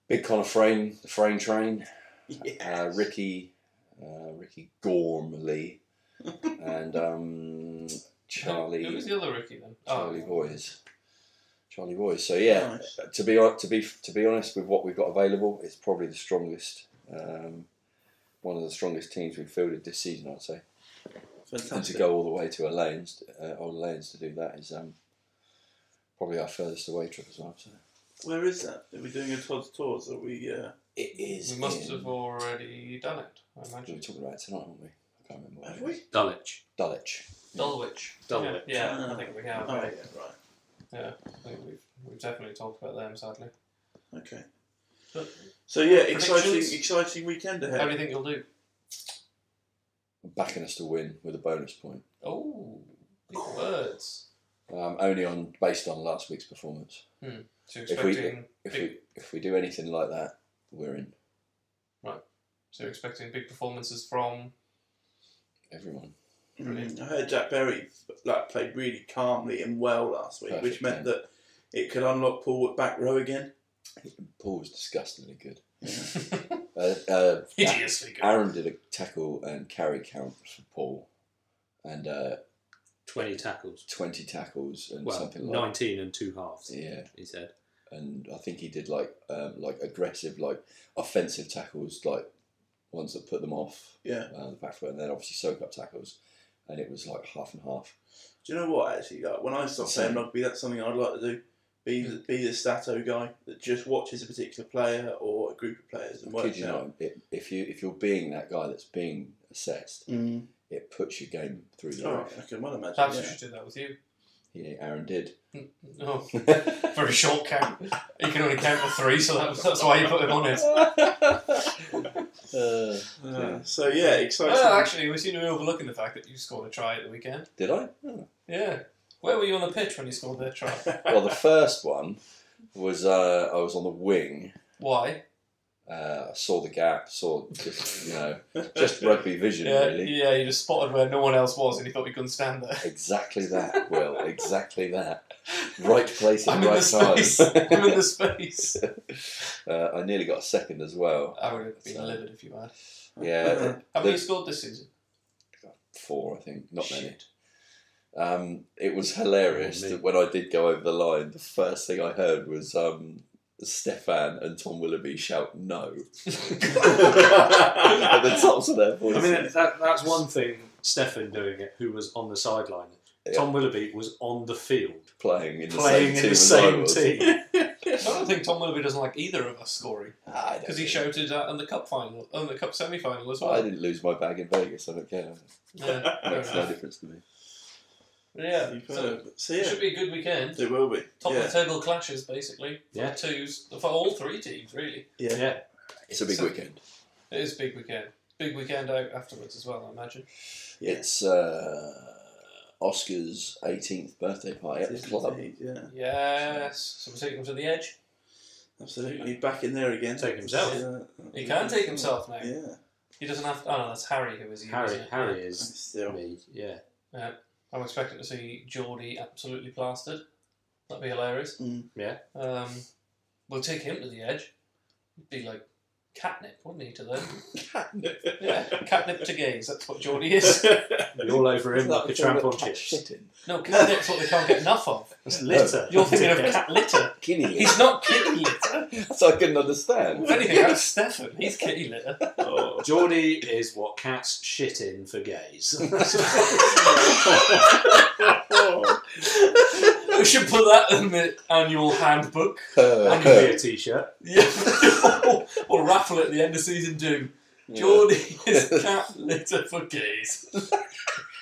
[SPEAKER 4] Big Connor Frame, the Frame Train, uh,
[SPEAKER 1] Yes.
[SPEAKER 4] Ricky, uh, Ricky Gormley, and um, Charlie,
[SPEAKER 2] Who was the other Ricky then?
[SPEAKER 4] Charlie
[SPEAKER 2] oh,
[SPEAKER 4] Boys. Charlie Boys. So yeah,
[SPEAKER 1] Nice.
[SPEAKER 4] to be hon- to be to be honest with what we've got available, it's probably the strongest, um, one of the strongest teams we've fielded this season, I'd say. And to
[SPEAKER 1] Fantastic.
[SPEAKER 4] go all the way to Elaine's, uh, old Elaine's to do that is um, probably our furthest away trip as well. So.
[SPEAKER 1] Where is that? Are we doing a Todd's Tours? Are we, uh,
[SPEAKER 4] It is.
[SPEAKER 2] We must
[SPEAKER 4] in-
[SPEAKER 2] have already done it, I
[SPEAKER 4] We
[SPEAKER 2] imagine.
[SPEAKER 4] talked about it tonight, haven't we? I can't remember. what
[SPEAKER 1] have
[SPEAKER 4] it
[SPEAKER 1] we?
[SPEAKER 4] is.
[SPEAKER 3] Dulwich.
[SPEAKER 4] Dulwich.
[SPEAKER 2] Dulwich.
[SPEAKER 3] Dulwich.
[SPEAKER 2] Yeah,
[SPEAKER 1] Ah.
[SPEAKER 2] I think we have.
[SPEAKER 1] Oh, yeah, right.
[SPEAKER 2] I think we've, we've definitely talked about them, sadly.
[SPEAKER 1] Okay.
[SPEAKER 2] But
[SPEAKER 1] So yeah, exciting,
[SPEAKER 2] Predictions?
[SPEAKER 1] exciting weekend
[SPEAKER 2] how do
[SPEAKER 1] ahead.
[SPEAKER 2] you think you'll do?
[SPEAKER 4] I'm backing us to win with a bonus point,
[SPEAKER 2] Oh, big words.
[SPEAKER 4] um, only on based on last week's performance.
[SPEAKER 2] So you're
[SPEAKER 4] If we-
[SPEAKER 2] expecting,
[SPEAKER 4] If
[SPEAKER 2] big,
[SPEAKER 4] we if we do anything like that, we're in.
[SPEAKER 2] so you're expecting big performances from.
[SPEAKER 4] Everyone.
[SPEAKER 1] Mm, I heard Jack Berry like played really calmly and well last week, which
[SPEAKER 4] Perfect,
[SPEAKER 1] meant
[SPEAKER 4] yeah.
[SPEAKER 1] that it could unlock Paul at back row again.
[SPEAKER 4] Paul was disgustingly good. Uh, uh,
[SPEAKER 2] Hideously good.
[SPEAKER 4] Aaron did a tackle and carry count for Paul, and uh,
[SPEAKER 3] 20 tackles.
[SPEAKER 4] twenty tackles and
[SPEAKER 3] Well,
[SPEAKER 4] something like
[SPEAKER 3] 19 and two halves,
[SPEAKER 4] yeah.
[SPEAKER 3] he said.
[SPEAKER 4] and I think he did like um, like aggressive, like offensive tackles, like ones that put them off
[SPEAKER 1] Yeah.
[SPEAKER 4] uh, the back foot, and then obviously soak up tackles, and it was like half and half.
[SPEAKER 1] Do you know what? Actually, like when I start playing rugby, that's something I'd like to do. Be the, be the stato guy that just watches a particular player or a group of players and
[SPEAKER 4] I kid
[SPEAKER 1] works
[SPEAKER 4] you
[SPEAKER 1] it out.
[SPEAKER 4] not, it, if you if you're being that guy that's being assessed,
[SPEAKER 1] Mm.
[SPEAKER 4] it puts your game through the
[SPEAKER 1] Oh,
[SPEAKER 4] roof.
[SPEAKER 1] I can well imagine.
[SPEAKER 2] Perhaps we
[SPEAKER 1] yeah.
[SPEAKER 2] should do that with you.
[SPEAKER 4] Yeah, Aaron did.
[SPEAKER 2] Oh, very short count. You can only count to three, so that, that's why you put him on it.
[SPEAKER 4] Uh,
[SPEAKER 1] Uh, so yeah, exciting.
[SPEAKER 2] Well, actually, we seem to be overlooking the fact that you scored a try at the weekend.
[SPEAKER 4] did I? Oh.
[SPEAKER 2] Yeah. Where were you on the pitch when you scored that try?
[SPEAKER 4] Well, the first one was uh, I was on the wing.
[SPEAKER 2] Why?
[SPEAKER 4] Uh, I saw the gap, saw just you know just rugby vision
[SPEAKER 2] Yeah,
[SPEAKER 4] really.
[SPEAKER 2] yeah, you just spotted where no one else was and you thought you couldn't stand there.
[SPEAKER 4] Exactly that, Will. exactly that. Right place at
[SPEAKER 2] I'm
[SPEAKER 4] the
[SPEAKER 2] in
[SPEAKER 4] right
[SPEAKER 2] the space.
[SPEAKER 4] time.
[SPEAKER 2] I'm in the space.
[SPEAKER 4] uh, I nearly got a second as well.
[SPEAKER 2] I would have been
[SPEAKER 4] So-
[SPEAKER 2] livid if you had.
[SPEAKER 4] Yeah,
[SPEAKER 2] How many
[SPEAKER 4] The-
[SPEAKER 2] scored this season?
[SPEAKER 4] four, I think. Not many.
[SPEAKER 2] Shit.
[SPEAKER 4] Um, it was hilarious
[SPEAKER 3] Oh, me.
[SPEAKER 4] that when I did go over the line, the first thing I heard was um, Stefan and Tom Willoughby shout no at the tops of their
[SPEAKER 3] I
[SPEAKER 4] voices.
[SPEAKER 3] mean, that, that's one thing, Stefan doing it, who was on the sideline.
[SPEAKER 4] Yeah.
[SPEAKER 3] Tom Willoughby was on the field
[SPEAKER 4] playing in the
[SPEAKER 3] playing in
[SPEAKER 4] same team.
[SPEAKER 3] the
[SPEAKER 4] as I
[SPEAKER 3] same
[SPEAKER 4] was.
[SPEAKER 3] team.
[SPEAKER 2] I don't think Tom Willoughby doesn't like either of us scoring
[SPEAKER 4] I don't
[SPEAKER 2] because he
[SPEAKER 4] know.
[SPEAKER 2] shouted uh, in the cup final, in the cup semi final as
[SPEAKER 4] I
[SPEAKER 2] well.
[SPEAKER 4] didn't lose my bag in Vegas. I don't care.
[SPEAKER 2] Yeah, fair
[SPEAKER 4] Makes no
[SPEAKER 2] enough.
[SPEAKER 4] difference to me.
[SPEAKER 2] yeah. so
[SPEAKER 1] so
[SPEAKER 2] it
[SPEAKER 1] yeah,
[SPEAKER 2] should be a good weekend.
[SPEAKER 1] there will be.
[SPEAKER 2] Top
[SPEAKER 1] yeah.
[SPEAKER 2] of the table clashes basically for
[SPEAKER 3] Yeah.
[SPEAKER 2] twos for all three teams really.
[SPEAKER 1] Yeah.
[SPEAKER 3] yeah.
[SPEAKER 4] It's a big
[SPEAKER 2] So-
[SPEAKER 4] weekend.
[SPEAKER 2] It is a big weekend. Big weekend out afterwards as well, I imagine.
[SPEAKER 1] Yeah.
[SPEAKER 4] It's uh, Oscar's 18th birthday party at the club.
[SPEAKER 1] Yeah,
[SPEAKER 2] Yes. So we're taking him to the edge.
[SPEAKER 1] absolutely. Back in there again.
[SPEAKER 3] Take himself.
[SPEAKER 1] Yeah.
[SPEAKER 2] He can take himself now.
[SPEAKER 1] Yeah.
[SPEAKER 2] He doesn't have. Oh no, that's Harry who is he?
[SPEAKER 3] Harry,
[SPEAKER 2] isn't it?
[SPEAKER 3] Harry is
[SPEAKER 1] Still.
[SPEAKER 3] me. Yeah,
[SPEAKER 2] I'm expecting to see Geordie absolutely plastered. That'd be hilarious.
[SPEAKER 1] Mm.
[SPEAKER 3] Yeah.
[SPEAKER 2] Um, we'll take him to the edge. It'd be like catnip, wouldn't he, to them? yeah, catnip to gays. That's what Geordie is.
[SPEAKER 3] Be all over him like a tramp on chips.
[SPEAKER 4] Shitting.
[SPEAKER 2] No, catnip's what they can't get enough of.
[SPEAKER 3] It's litter.
[SPEAKER 2] You're thinking of cat litter.
[SPEAKER 4] Guinea
[SPEAKER 2] He's not kitty litter.
[SPEAKER 4] That's what I couldn't understand.
[SPEAKER 2] If anything, that's Stefan. He's kitty litter.
[SPEAKER 1] Oh.
[SPEAKER 3] Geordie is what cats shit in for gays.
[SPEAKER 2] We should put that in the annual handbook.
[SPEAKER 3] and you be a t-shirt.
[SPEAKER 2] Yeah. or raffle at the end of season two. Geordie is cat litter for gays.
[SPEAKER 4] What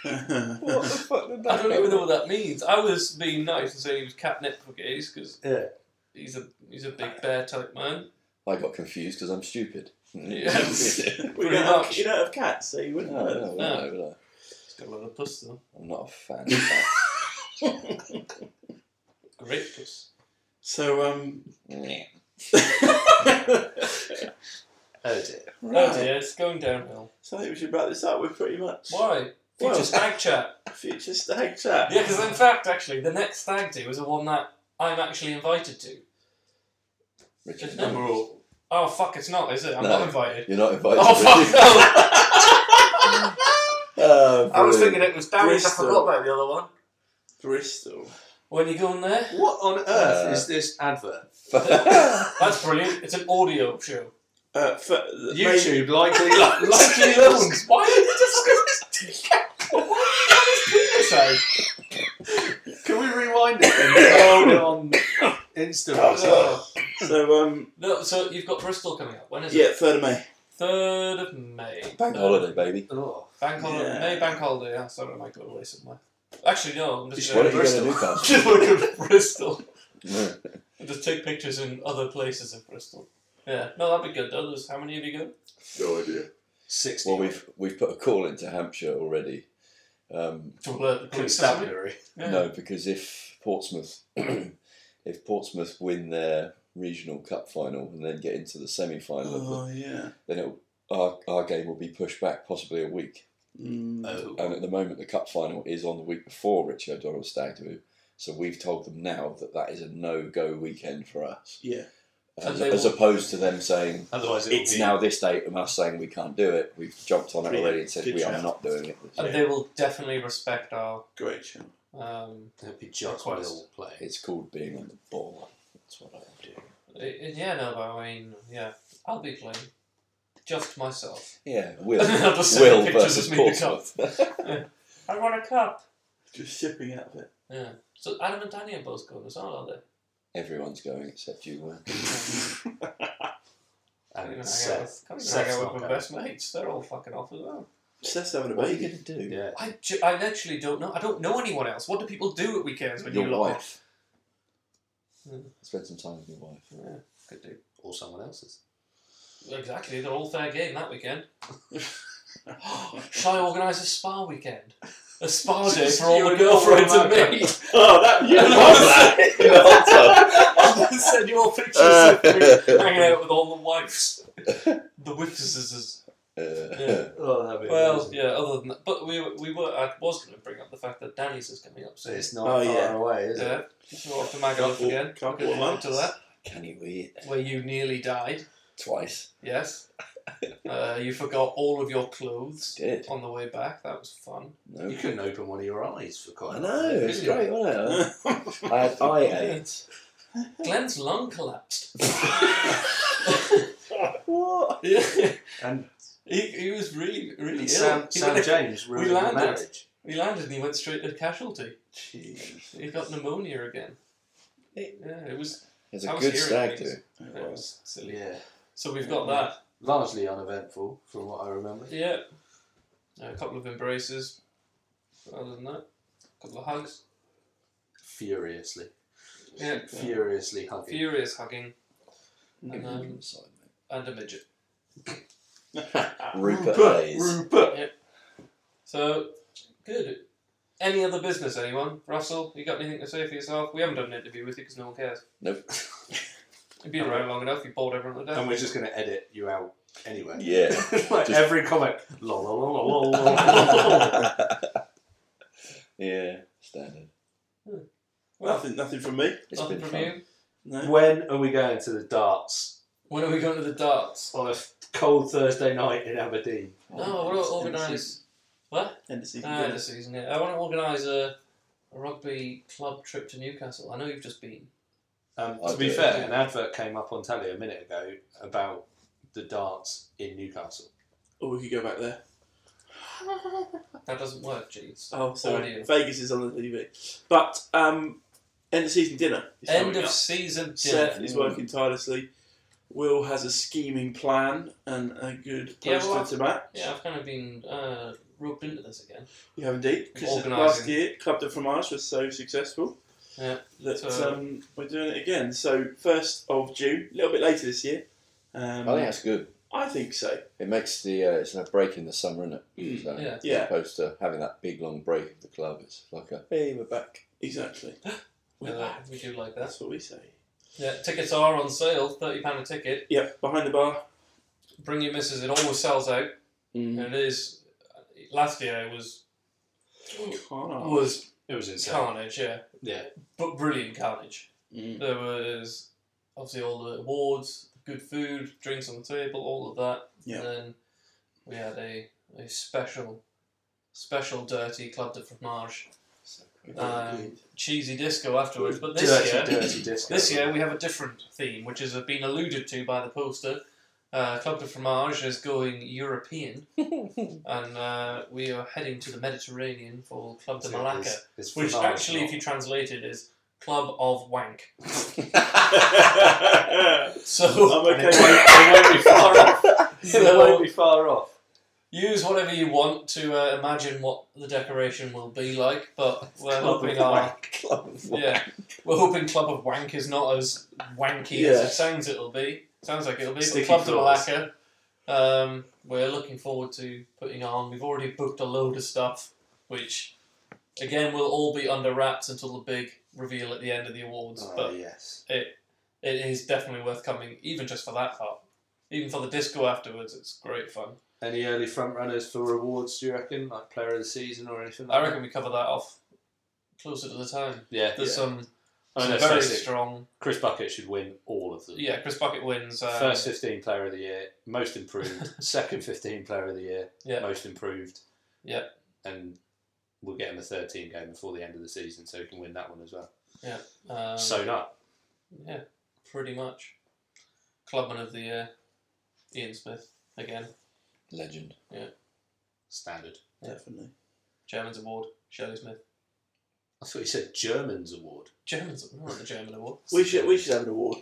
[SPEAKER 4] the fuck did that
[SPEAKER 2] I don't even know what that means. I was being nice and saying he was catnip for gays because
[SPEAKER 3] Yeah.
[SPEAKER 2] he's a he's a big bear type man.
[SPEAKER 4] I got confused because I'm stupid.
[SPEAKER 2] Yeah.
[SPEAKER 1] we
[SPEAKER 2] Pretty
[SPEAKER 1] don't have,
[SPEAKER 2] much.
[SPEAKER 1] you don't have cats, so you
[SPEAKER 4] No,
[SPEAKER 1] wouldn't
[SPEAKER 4] no,
[SPEAKER 1] know.
[SPEAKER 4] no, no, no.
[SPEAKER 2] He's got a lot of puss though.
[SPEAKER 4] I'm not a fan. of that.
[SPEAKER 2] Great puss.
[SPEAKER 1] So, um,
[SPEAKER 4] Yeah.
[SPEAKER 3] Oh dear.
[SPEAKER 2] Oh
[SPEAKER 1] right.
[SPEAKER 2] dear, it's going downhill.
[SPEAKER 1] So I think we should wrap this up with pretty much
[SPEAKER 2] Why? Future
[SPEAKER 1] Well-
[SPEAKER 2] stag chat.
[SPEAKER 1] future stag chat.
[SPEAKER 2] Yeah, because in fact, actually, the next stag do is the one that I'm actually invited to.
[SPEAKER 4] Richard,
[SPEAKER 2] It's number all. Oh fuck, it's not, is it? I'm
[SPEAKER 4] No.
[SPEAKER 2] not invited.
[SPEAKER 4] You're not invited.
[SPEAKER 2] Oh fuck no!
[SPEAKER 4] Oh,
[SPEAKER 2] I was
[SPEAKER 4] brilliant.
[SPEAKER 2] thinking it was Darius. I
[SPEAKER 1] Bristol.
[SPEAKER 2] forgot about the other one.
[SPEAKER 1] Bristol.
[SPEAKER 2] When you going there?
[SPEAKER 3] What on earth
[SPEAKER 4] Uh,
[SPEAKER 3] is this advert?
[SPEAKER 2] That's brilliant. It's an audio show.
[SPEAKER 1] Uh, for, maybe-
[SPEAKER 3] YouTube likely likely loans.
[SPEAKER 2] Why did he just go his dick out? Why did his penis out?
[SPEAKER 3] Can we rewind it and on Insta? or something?
[SPEAKER 2] Oh.
[SPEAKER 1] So, um,
[SPEAKER 2] No, so you've got Bristol coming up. When is
[SPEAKER 1] yeah,
[SPEAKER 2] it?
[SPEAKER 1] 3rd of May.
[SPEAKER 2] 3rd of May.
[SPEAKER 4] Bank holiday, baby.
[SPEAKER 3] Oh.
[SPEAKER 2] Bank holiday.
[SPEAKER 1] Yeah.
[SPEAKER 2] May bank holiday. Yeah, sorry, I might go away somewhere. Actually, no, I'm just
[SPEAKER 4] Why
[SPEAKER 2] going
[SPEAKER 4] don't
[SPEAKER 2] to
[SPEAKER 4] you go to
[SPEAKER 2] Bristol.
[SPEAKER 4] Newcastle?
[SPEAKER 2] Just want to go to Bristol.
[SPEAKER 4] No.
[SPEAKER 2] And just take pictures in other places in Bristol. Yeah, no, that'd be good. though. There's- How many have you got?
[SPEAKER 4] no idea.
[SPEAKER 3] 60.
[SPEAKER 4] Well, we've we've put a call into Hampshire already. Um,
[SPEAKER 2] To alert the police. or something?
[SPEAKER 3] constabulary.
[SPEAKER 2] Yeah.
[SPEAKER 4] No, because if Portsmouth, if Portsmouth win their regional cup final and then get into the semi final,
[SPEAKER 2] Uh-huh.
[SPEAKER 1] Oh, yeah.
[SPEAKER 4] then it'll, our our game will be pushed back possibly a week.
[SPEAKER 1] Mm.
[SPEAKER 3] Oh.
[SPEAKER 4] And at the moment, the cup final is on the week before Richie O'Donnell stag do. So we've told them now that that is a no go weekend for us,
[SPEAKER 1] Yeah.
[SPEAKER 2] And
[SPEAKER 4] as,
[SPEAKER 2] they
[SPEAKER 4] as
[SPEAKER 2] will-
[SPEAKER 4] opposed to them saying.
[SPEAKER 3] Otherwise, it
[SPEAKER 1] It's
[SPEAKER 3] would be
[SPEAKER 4] Now this date, and us saying we can't do it. We've jumped on it
[SPEAKER 1] Yeah,
[SPEAKER 4] already and said
[SPEAKER 1] good
[SPEAKER 4] we are
[SPEAKER 1] shout.
[SPEAKER 4] not doing it.
[SPEAKER 2] And they will definitely respect our.
[SPEAKER 1] Great show.
[SPEAKER 2] Um,
[SPEAKER 3] That'd be just
[SPEAKER 2] Request.
[SPEAKER 3] Will play.
[SPEAKER 4] It's called being on the ball. That's what I do.
[SPEAKER 2] Uh, Yeah, no, but I mean, yeah, I'll be playing. Just myself.
[SPEAKER 4] Yeah, Will.
[SPEAKER 2] I'll just send
[SPEAKER 4] Will
[SPEAKER 2] pictures of
[SPEAKER 4] versus
[SPEAKER 2] me in the
[SPEAKER 4] Portsmouth.
[SPEAKER 2] I want a cup.
[SPEAKER 1] Just shipping out of it.
[SPEAKER 2] Yeah. So Adam and Danny are both going as well, are they?
[SPEAKER 4] Everyone's going except you, Will.
[SPEAKER 3] And it's
[SPEAKER 2] Hang out
[SPEAKER 3] Seth.
[SPEAKER 2] with- come and
[SPEAKER 3] Seth's
[SPEAKER 2] hang out
[SPEAKER 3] not
[SPEAKER 2] with my
[SPEAKER 3] going.
[SPEAKER 2] best mates. They're all fucking off as well.
[SPEAKER 1] Seth's having a
[SPEAKER 4] What are you
[SPEAKER 1] baby.
[SPEAKER 4] going to do?
[SPEAKER 3] Yeah.
[SPEAKER 2] I, ju- I literally don't know. I don't know anyone else. What do people do at weekends when
[SPEAKER 4] Your
[SPEAKER 2] you lot
[SPEAKER 4] wife.
[SPEAKER 2] Hmm.
[SPEAKER 4] Spend some time with your wife.
[SPEAKER 2] off? Yeah, could do.
[SPEAKER 3] Or someone else's.
[SPEAKER 2] Exactly. They're all fair game that weekend. Shall I organise a spa weekend? A spa day
[SPEAKER 3] Just
[SPEAKER 2] for all
[SPEAKER 3] you
[SPEAKER 2] the
[SPEAKER 3] and your
[SPEAKER 2] girlfriends and
[SPEAKER 3] wife.
[SPEAKER 2] me.
[SPEAKER 1] Oh, that you
[SPEAKER 2] love
[SPEAKER 1] that. you love that.
[SPEAKER 2] I'll just send you all pictures of me hanging out with all the wives, the witnesses.
[SPEAKER 4] Uh,
[SPEAKER 2] Yeah.
[SPEAKER 3] Oh, that'd be
[SPEAKER 2] Well, yeah. Other than that, but we were- we were. I was going to bring up the fact that Danny's is coming up soon.
[SPEAKER 3] it's not
[SPEAKER 1] Oh,
[SPEAKER 3] far
[SPEAKER 1] yeah.
[SPEAKER 3] away, is it?
[SPEAKER 2] Yeah, so off to Magaluf
[SPEAKER 1] Couple-
[SPEAKER 2] again.
[SPEAKER 1] couple
[SPEAKER 2] Good
[SPEAKER 1] of months.
[SPEAKER 2] to that,
[SPEAKER 4] Can you eat
[SPEAKER 2] where you nearly died.
[SPEAKER 4] twice?
[SPEAKER 2] Yes, uh, you forgot all of your clothes
[SPEAKER 4] Did
[SPEAKER 2] on the way back. That was fun.
[SPEAKER 4] no?
[SPEAKER 3] You couldn't open one of your eyes for quite
[SPEAKER 4] I
[SPEAKER 3] a
[SPEAKER 4] know
[SPEAKER 3] while,
[SPEAKER 4] it's
[SPEAKER 3] could you?
[SPEAKER 4] great, wasn't it? I had eye aids.
[SPEAKER 2] Glenn's lung collapsed.
[SPEAKER 1] What?
[SPEAKER 2] Yeah,
[SPEAKER 3] And
[SPEAKER 2] he, he was really really ill.
[SPEAKER 3] and Sam,
[SPEAKER 2] He
[SPEAKER 3] Sam
[SPEAKER 2] went-
[SPEAKER 3] James ruined the
[SPEAKER 2] landed.
[SPEAKER 3] marriage.
[SPEAKER 2] He landed and he went straight to casualty.
[SPEAKER 1] Jeez.
[SPEAKER 2] He got pneumonia again. Yeah, it was.
[SPEAKER 4] It's a
[SPEAKER 2] That was
[SPEAKER 4] good
[SPEAKER 2] eerie,
[SPEAKER 4] stag
[SPEAKER 2] things.
[SPEAKER 4] do.
[SPEAKER 1] It
[SPEAKER 2] It
[SPEAKER 1] was.
[SPEAKER 2] was silly.
[SPEAKER 3] Yeah.
[SPEAKER 2] So we've got that.
[SPEAKER 3] Largely uneventful, from what I remember.
[SPEAKER 2] Yeah. A couple of embraces. Other than that, a couple of hugs.
[SPEAKER 3] Furiously.
[SPEAKER 2] Yeah.
[SPEAKER 3] Furiously hugging.
[SPEAKER 2] Furious hugging
[SPEAKER 4] Give
[SPEAKER 2] and,
[SPEAKER 4] them
[SPEAKER 2] um,
[SPEAKER 4] inside, mate.
[SPEAKER 2] and a midget. Ah,
[SPEAKER 4] Rupert Hayes.
[SPEAKER 1] Rupert.
[SPEAKER 2] So, good. Any other business, anyone? Russell, you got anything to say for yourself? We haven't done an interview with you because no one cares.
[SPEAKER 4] Nope. Um,
[SPEAKER 2] You've been around long enough, you bored everyone to
[SPEAKER 3] And
[SPEAKER 2] death.
[SPEAKER 3] we're just going to edit you out anyway.
[SPEAKER 4] Yeah.
[SPEAKER 3] like
[SPEAKER 4] Just-
[SPEAKER 3] every comment. La la la la la la, la.
[SPEAKER 4] yeah. Standard.
[SPEAKER 1] Nothing, nothing from me.
[SPEAKER 4] It's
[SPEAKER 2] Nothing
[SPEAKER 4] been
[SPEAKER 2] from
[SPEAKER 4] fun.
[SPEAKER 2] you.
[SPEAKER 1] No.
[SPEAKER 3] When are we going to the darts?
[SPEAKER 2] When are we going to the darts?
[SPEAKER 3] On a cold Thursday night in Aberdeen.
[SPEAKER 4] Oh,
[SPEAKER 2] No, we're all organised. What?
[SPEAKER 1] End of season.
[SPEAKER 2] Ah,
[SPEAKER 1] End
[SPEAKER 2] the
[SPEAKER 1] of season.
[SPEAKER 2] season, yeah. I want to organise a, a rugby club trip to Newcastle. I know you've just been.
[SPEAKER 3] Um,
[SPEAKER 4] I'll
[SPEAKER 3] to be
[SPEAKER 4] do it,
[SPEAKER 3] fair,
[SPEAKER 4] yeah.
[SPEAKER 3] an advert came up on telly a minute ago about the darts in Newcastle.
[SPEAKER 1] Or Oh, we could go back there.
[SPEAKER 2] That doesn't work, jeez.
[SPEAKER 1] Oh, sorry.
[SPEAKER 2] Audio.
[SPEAKER 1] Vegas is on the TV. But um, end of season dinner. Is
[SPEAKER 2] End
[SPEAKER 1] coming
[SPEAKER 2] of
[SPEAKER 1] up.
[SPEAKER 2] season dinner.
[SPEAKER 1] Seth is working tirelessly. Will has a scheming plan and a good
[SPEAKER 2] Yeah,
[SPEAKER 1] poster
[SPEAKER 2] well,
[SPEAKER 1] to match.
[SPEAKER 2] Yeah, I've kind of been uh, roped into this again.
[SPEAKER 1] You have indeed. Because
[SPEAKER 2] Organising.
[SPEAKER 1] last year, Club de Fromage was so successful
[SPEAKER 2] Yeah,
[SPEAKER 1] that
[SPEAKER 2] so-
[SPEAKER 1] um, we're doing it again. So, 1st of June, a little bit later this year. Um,
[SPEAKER 4] I think that's good.
[SPEAKER 1] I think so.
[SPEAKER 4] It makes the uh, it's a break in the summer, isn't it?
[SPEAKER 1] Mm,
[SPEAKER 4] So,
[SPEAKER 2] yeah.
[SPEAKER 1] Yeah.
[SPEAKER 4] As opposed to having that big long break of the club, it's like a hey, we're back.
[SPEAKER 1] Exactly. We're
[SPEAKER 2] Uh,
[SPEAKER 1] back.
[SPEAKER 2] we do like that.
[SPEAKER 1] That's what we say.
[SPEAKER 2] Yeah, tickets are on sale, thirty pound a ticket.
[SPEAKER 1] Yep, behind the bar.
[SPEAKER 2] Bring your missus. It always sells out,
[SPEAKER 4] Mm-hmm.
[SPEAKER 1] Mm.
[SPEAKER 2] and it is. Last year it was
[SPEAKER 1] Can't
[SPEAKER 2] was
[SPEAKER 3] It was insane.
[SPEAKER 2] carnage. Yeah,
[SPEAKER 3] Yeah.
[SPEAKER 2] but brilliant carnage.
[SPEAKER 1] Mm.
[SPEAKER 2] There was obviously all the awards, good food, drinks on the table, all of that.
[SPEAKER 1] Yeah.
[SPEAKER 2] And then we had a, a special, special dirty club de fromage, um, cheesy disco afterwards. But this
[SPEAKER 3] dirty,
[SPEAKER 2] year,
[SPEAKER 3] dirty disco.
[SPEAKER 2] this year we have a different theme, which has been alluded to by the poster. Uh, club de fromage is going European, and uh, we are heading to the Mediterranean for Club de
[SPEAKER 3] So
[SPEAKER 2] Malacca.
[SPEAKER 3] it's- it's
[SPEAKER 2] Which
[SPEAKER 3] phenomenal.
[SPEAKER 2] actually, if you translate it, is Club of Wank. So
[SPEAKER 1] I'm okay.
[SPEAKER 3] And it won't- it won't be far off. It won't be far off.
[SPEAKER 2] use whatever you want to uh, imagine what the decoration will be like, but we're
[SPEAKER 3] Club
[SPEAKER 2] hoping
[SPEAKER 3] of
[SPEAKER 2] our
[SPEAKER 4] Club.
[SPEAKER 2] yeah, we're hoping Club of Wank is not as wanky as
[SPEAKER 1] Yeah.
[SPEAKER 2] it sounds. It'll be sounds like it'll be but
[SPEAKER 3] Sticky
[SPEAKER 2] Club de
[SPEAKER 3] floors.
[SPEAKER 2] Malacca. Um, we're looking forward to putting on. We've already booked a load of stuff, which again will all be under wraps until the big reveal at the end of the awards.
[SPEAKER 3] Oh,
[SPEAKER 2] but
[SPEAKER 3] yes.
[SPEAKER 2] it is definitely worth coming, even just for that part. Even for the disco afterwards, it's great fun.
[SPEAKER 3] Any early front runners for awards? Do you reckon, like player of the season or anything? Like
[SPEAKER 2] I reckon we cover that off closer to the time.
[SPEAKER 3] That? Yeah. Oh,
[SPEAKER 2] There's
[SPEAKER 3] yeah.
[SPEAKER 2] some,
[SPEAKER 3] I mean,
[SPEAKER 2] some
[SPEAKER 3] let's
[SPEAKER 2] very
[SPEAKER 3] face it,
[SPEAKER 2] strong.
[SPEAKER 3] Chris Bucket should win all of them.
[SPEAKER 2] Yeah, Chris Bucket wins. Um,
[SPEAKER 3] First 15 player of the year, most improved. Second 15 player of the year,
[SPEAKER 2] Yeah.
[SPEAKER 3] most improved.
[SPEAKER 2] Yeah.
[SPEAKER 3] And we'll get him a third team game before the end of the season so he can win that one as well.
[SPEAKER 2] um,
[SPEAKER 3] Sewn up.
[SPEAKER 2] yeah, pretty much. Clubman of the year, Ian Smith again.
[SPEAKER 4] Legend.
[SPEAKER 3] Standard.
[SPEAKER 1] Definitely.
[SPEAKER 2] German's award, Shirley Smith.
[SPEAKER 3] I thought you said Germans award.
[SPEAKER 2] German's I want the German award.
[SPEAKER 1] We should we should have an award.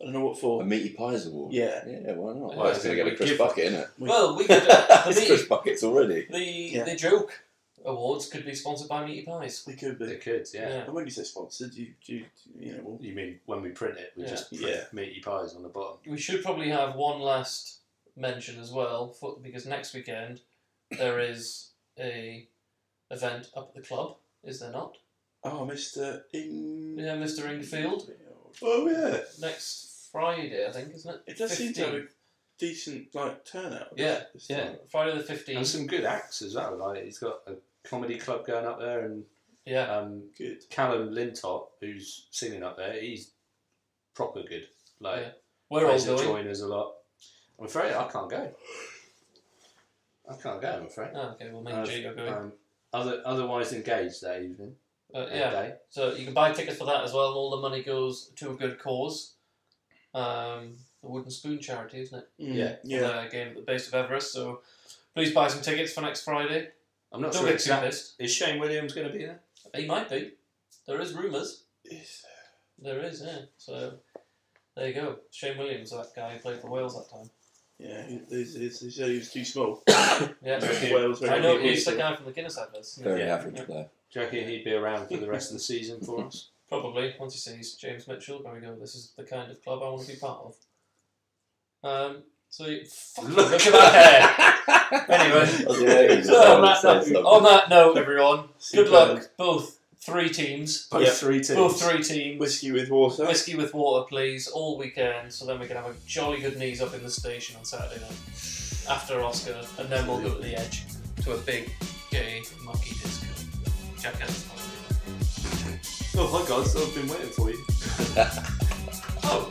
[SPEAKER 1] I don't know what
[SPEAKER 4] A
[SPEAKER 1] for.
[SPEAKER 4] meaty pies award.
[SPEAKER 1] Yeah.
[SPEAKER 4] Yeah, why not?
[SPEAKER 2] Yeah,
[SPEAKER 4] Well, it's going to get a Chris
[SPEAKER 3] give-
[SPEAKER 4] Bucket, isn't it?
[SPEAKER 1] We-
[SPEAKER 2] Well, we could. the
[SPEAKER 4] it's Chris
[SPEAKER 2] meaty,
[SPEAKER 4] Buckets already.
[SPEAKER 2] the,
[SPEAKER 1] Yeah.
[SPEAKER 2] the joke awards could be sponsored by Meaty Pies.
[SPEAKER 1] We could
[SPEAKER 3] The
[SPEAKER 1] be.
[SPEAKER 3] kids, yeah.
[SPEAKER 1] And when you say sponsored, you you you know. Well,
[SPEAKER 3] You mean when we print it, we
[SPEAKER 2] Yeah.
[SPEAKER 3] just print
[SPEAKER 1] Yeah.
[SPEAKER 3] meaty pies on the bottom.
[SPEAKER 2] we should probably have one last mention as well for, because next weekend there is a event up at the club is there not
[SPEAKER 1] oh, Mister In.
[SPEAKER 2] yeah mr ingfield
[SPEAKER 3] Oh, yeah.
[SPEAKER 2] next friday i think isn't it
[SPEAKER 1] It does seem to have a
[SPEAKER 2] 15th.
[SPEAKER 1] decent like turnout.
[SPEAKER 2] Yeah,
[SPEAKER 1] This
[SPEAKER 3] yeah.
[SPEAKER 1] time.
[SPEAKER 2] friday the
[SPEAKER 3] And
[SPEAKER 2] 15th
[SPEAKER 3] some good acts as well. Like he's got a comedy club going up there, and
[SPEAKER 2] yeah
[SPEAKER 3] um,
[SPEAKER 1] Good.
[SPEAKER 3] Callum Lintop, who's singing up there, he's proper good. Like
[SPEAKER 2] Yeah. we're all
[SPEAKER 3] plays the
[SPEAKER 2] going
[SPEAKER 3] joiners a lot. I'm afraid I can't go. I can't go. I'm afraid.
[SPEAKER 2] oh, okay well me and
[SPEAKER 3] I've,
[SPEAKER 2] Jake are going
[SPEAKER 3] um, other otherwise engaged that evening.
[SPEAKER 2] uh,
[SPEAKER 3] that
[SPEAKER 2] yeah
[SPEAKER 3] day.
[SPEAKER 2] so you can buy tickets for that as well all the money goes to a good cause um the wooden spoon charity isn't it
[SPEAKER 1] Mm,
[SPEAKER 3] Yeah.
[SPEAKER 1] Yeah.
[SPEAKER 2] uh, game at the base of Everest. So please buy some tickets for next Friday.
[SPEAKER 3] I'm not
[SPEAKER 2] Don't
[SPEAKER 3] sure
[SPEAKER 2] get too
[SPEAKER 3] exactly.
[SPEAKER 2] pissed.
[SPEAKER 3] Is Shane Williams going to be there?
[SPEAKER 2] He might be. There is rumours.
[SPEAKER 1] It's-
[SPEAKER 2] There is, yeah. So there you go. Shane Williams, that guy who played for Wales that time.
[SPEAKER 1] Yeah. He, they, they they said he was too small.
[SPEAKER 2] Yeah.
[SPEAKER 3] Okay.
[SPEAKER 1] Wales. very
[SPEAKER 2] I know
[SPEAKER 1] big.
[SPEAKER 2] he's the guy from the Guinness Atlas.
[SPEAKER 4] Very
[SPEAKER 3] Yeah.
[SPEAKER 4] average player.
[SPEAKER 3] Do you reckon he'd be around for the rest of the season for us?
[SPEAKER 2] Probably. Once he sees James Mitchell, there we go. This is the kind of club I want to be part of. Um, so you- fucking look at that hair. anyway.
[SPEAKER 4] That's amazing.
[SPEAKER 2] So on
[SPEAKER 4] That's
[SPEAKER 2] that, note,
[SPEAKER 4] something.
[SPEAKER 2] on that note, everyone,
[SPEAKER 1] See
[SPEAKER 2] good
[SPEAKER 1] you
[SPEAKER 2] luck, both three teams.
[SPEAKER 3] Both
[SPEAKER 1] Yeah.
[SPEAKER 3] three teams.
[SPEAKER 2] Both three teams.
[SPEAKER 1] Whiskey with water.
[SPEAKER 2] Whiskey with water, please, all weekend, so then we can have a jolly good knees up in the station on Saturday night after Oscar, and then we'll go to the edge to a big gay monkey disco. Check out the party.
[SPEAKER 3] Oh my God! so I've been waiting for you.
[SPEAKER 2] Oh,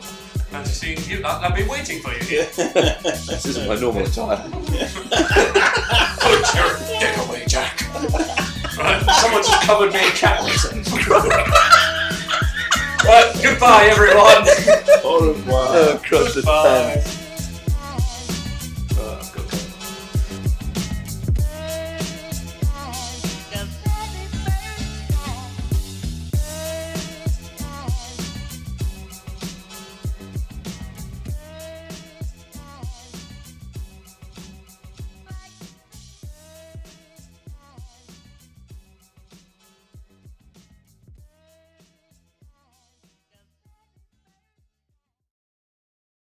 [SPEAKER 2] fancy seeing you. I, I've been waiting for you.
[SPEAKER 4] This isn't my normal attire.
[SPEAKER 2] Put your dick away, Jack. right, someone's just covered me in cat litter. right, goodbye, everyone.
[SPEAKER 1] Au revoir.
[SPEAKER 4] Oh, cross the
[SPEAKER 2] Bye.
[SPEAKER 4] fence.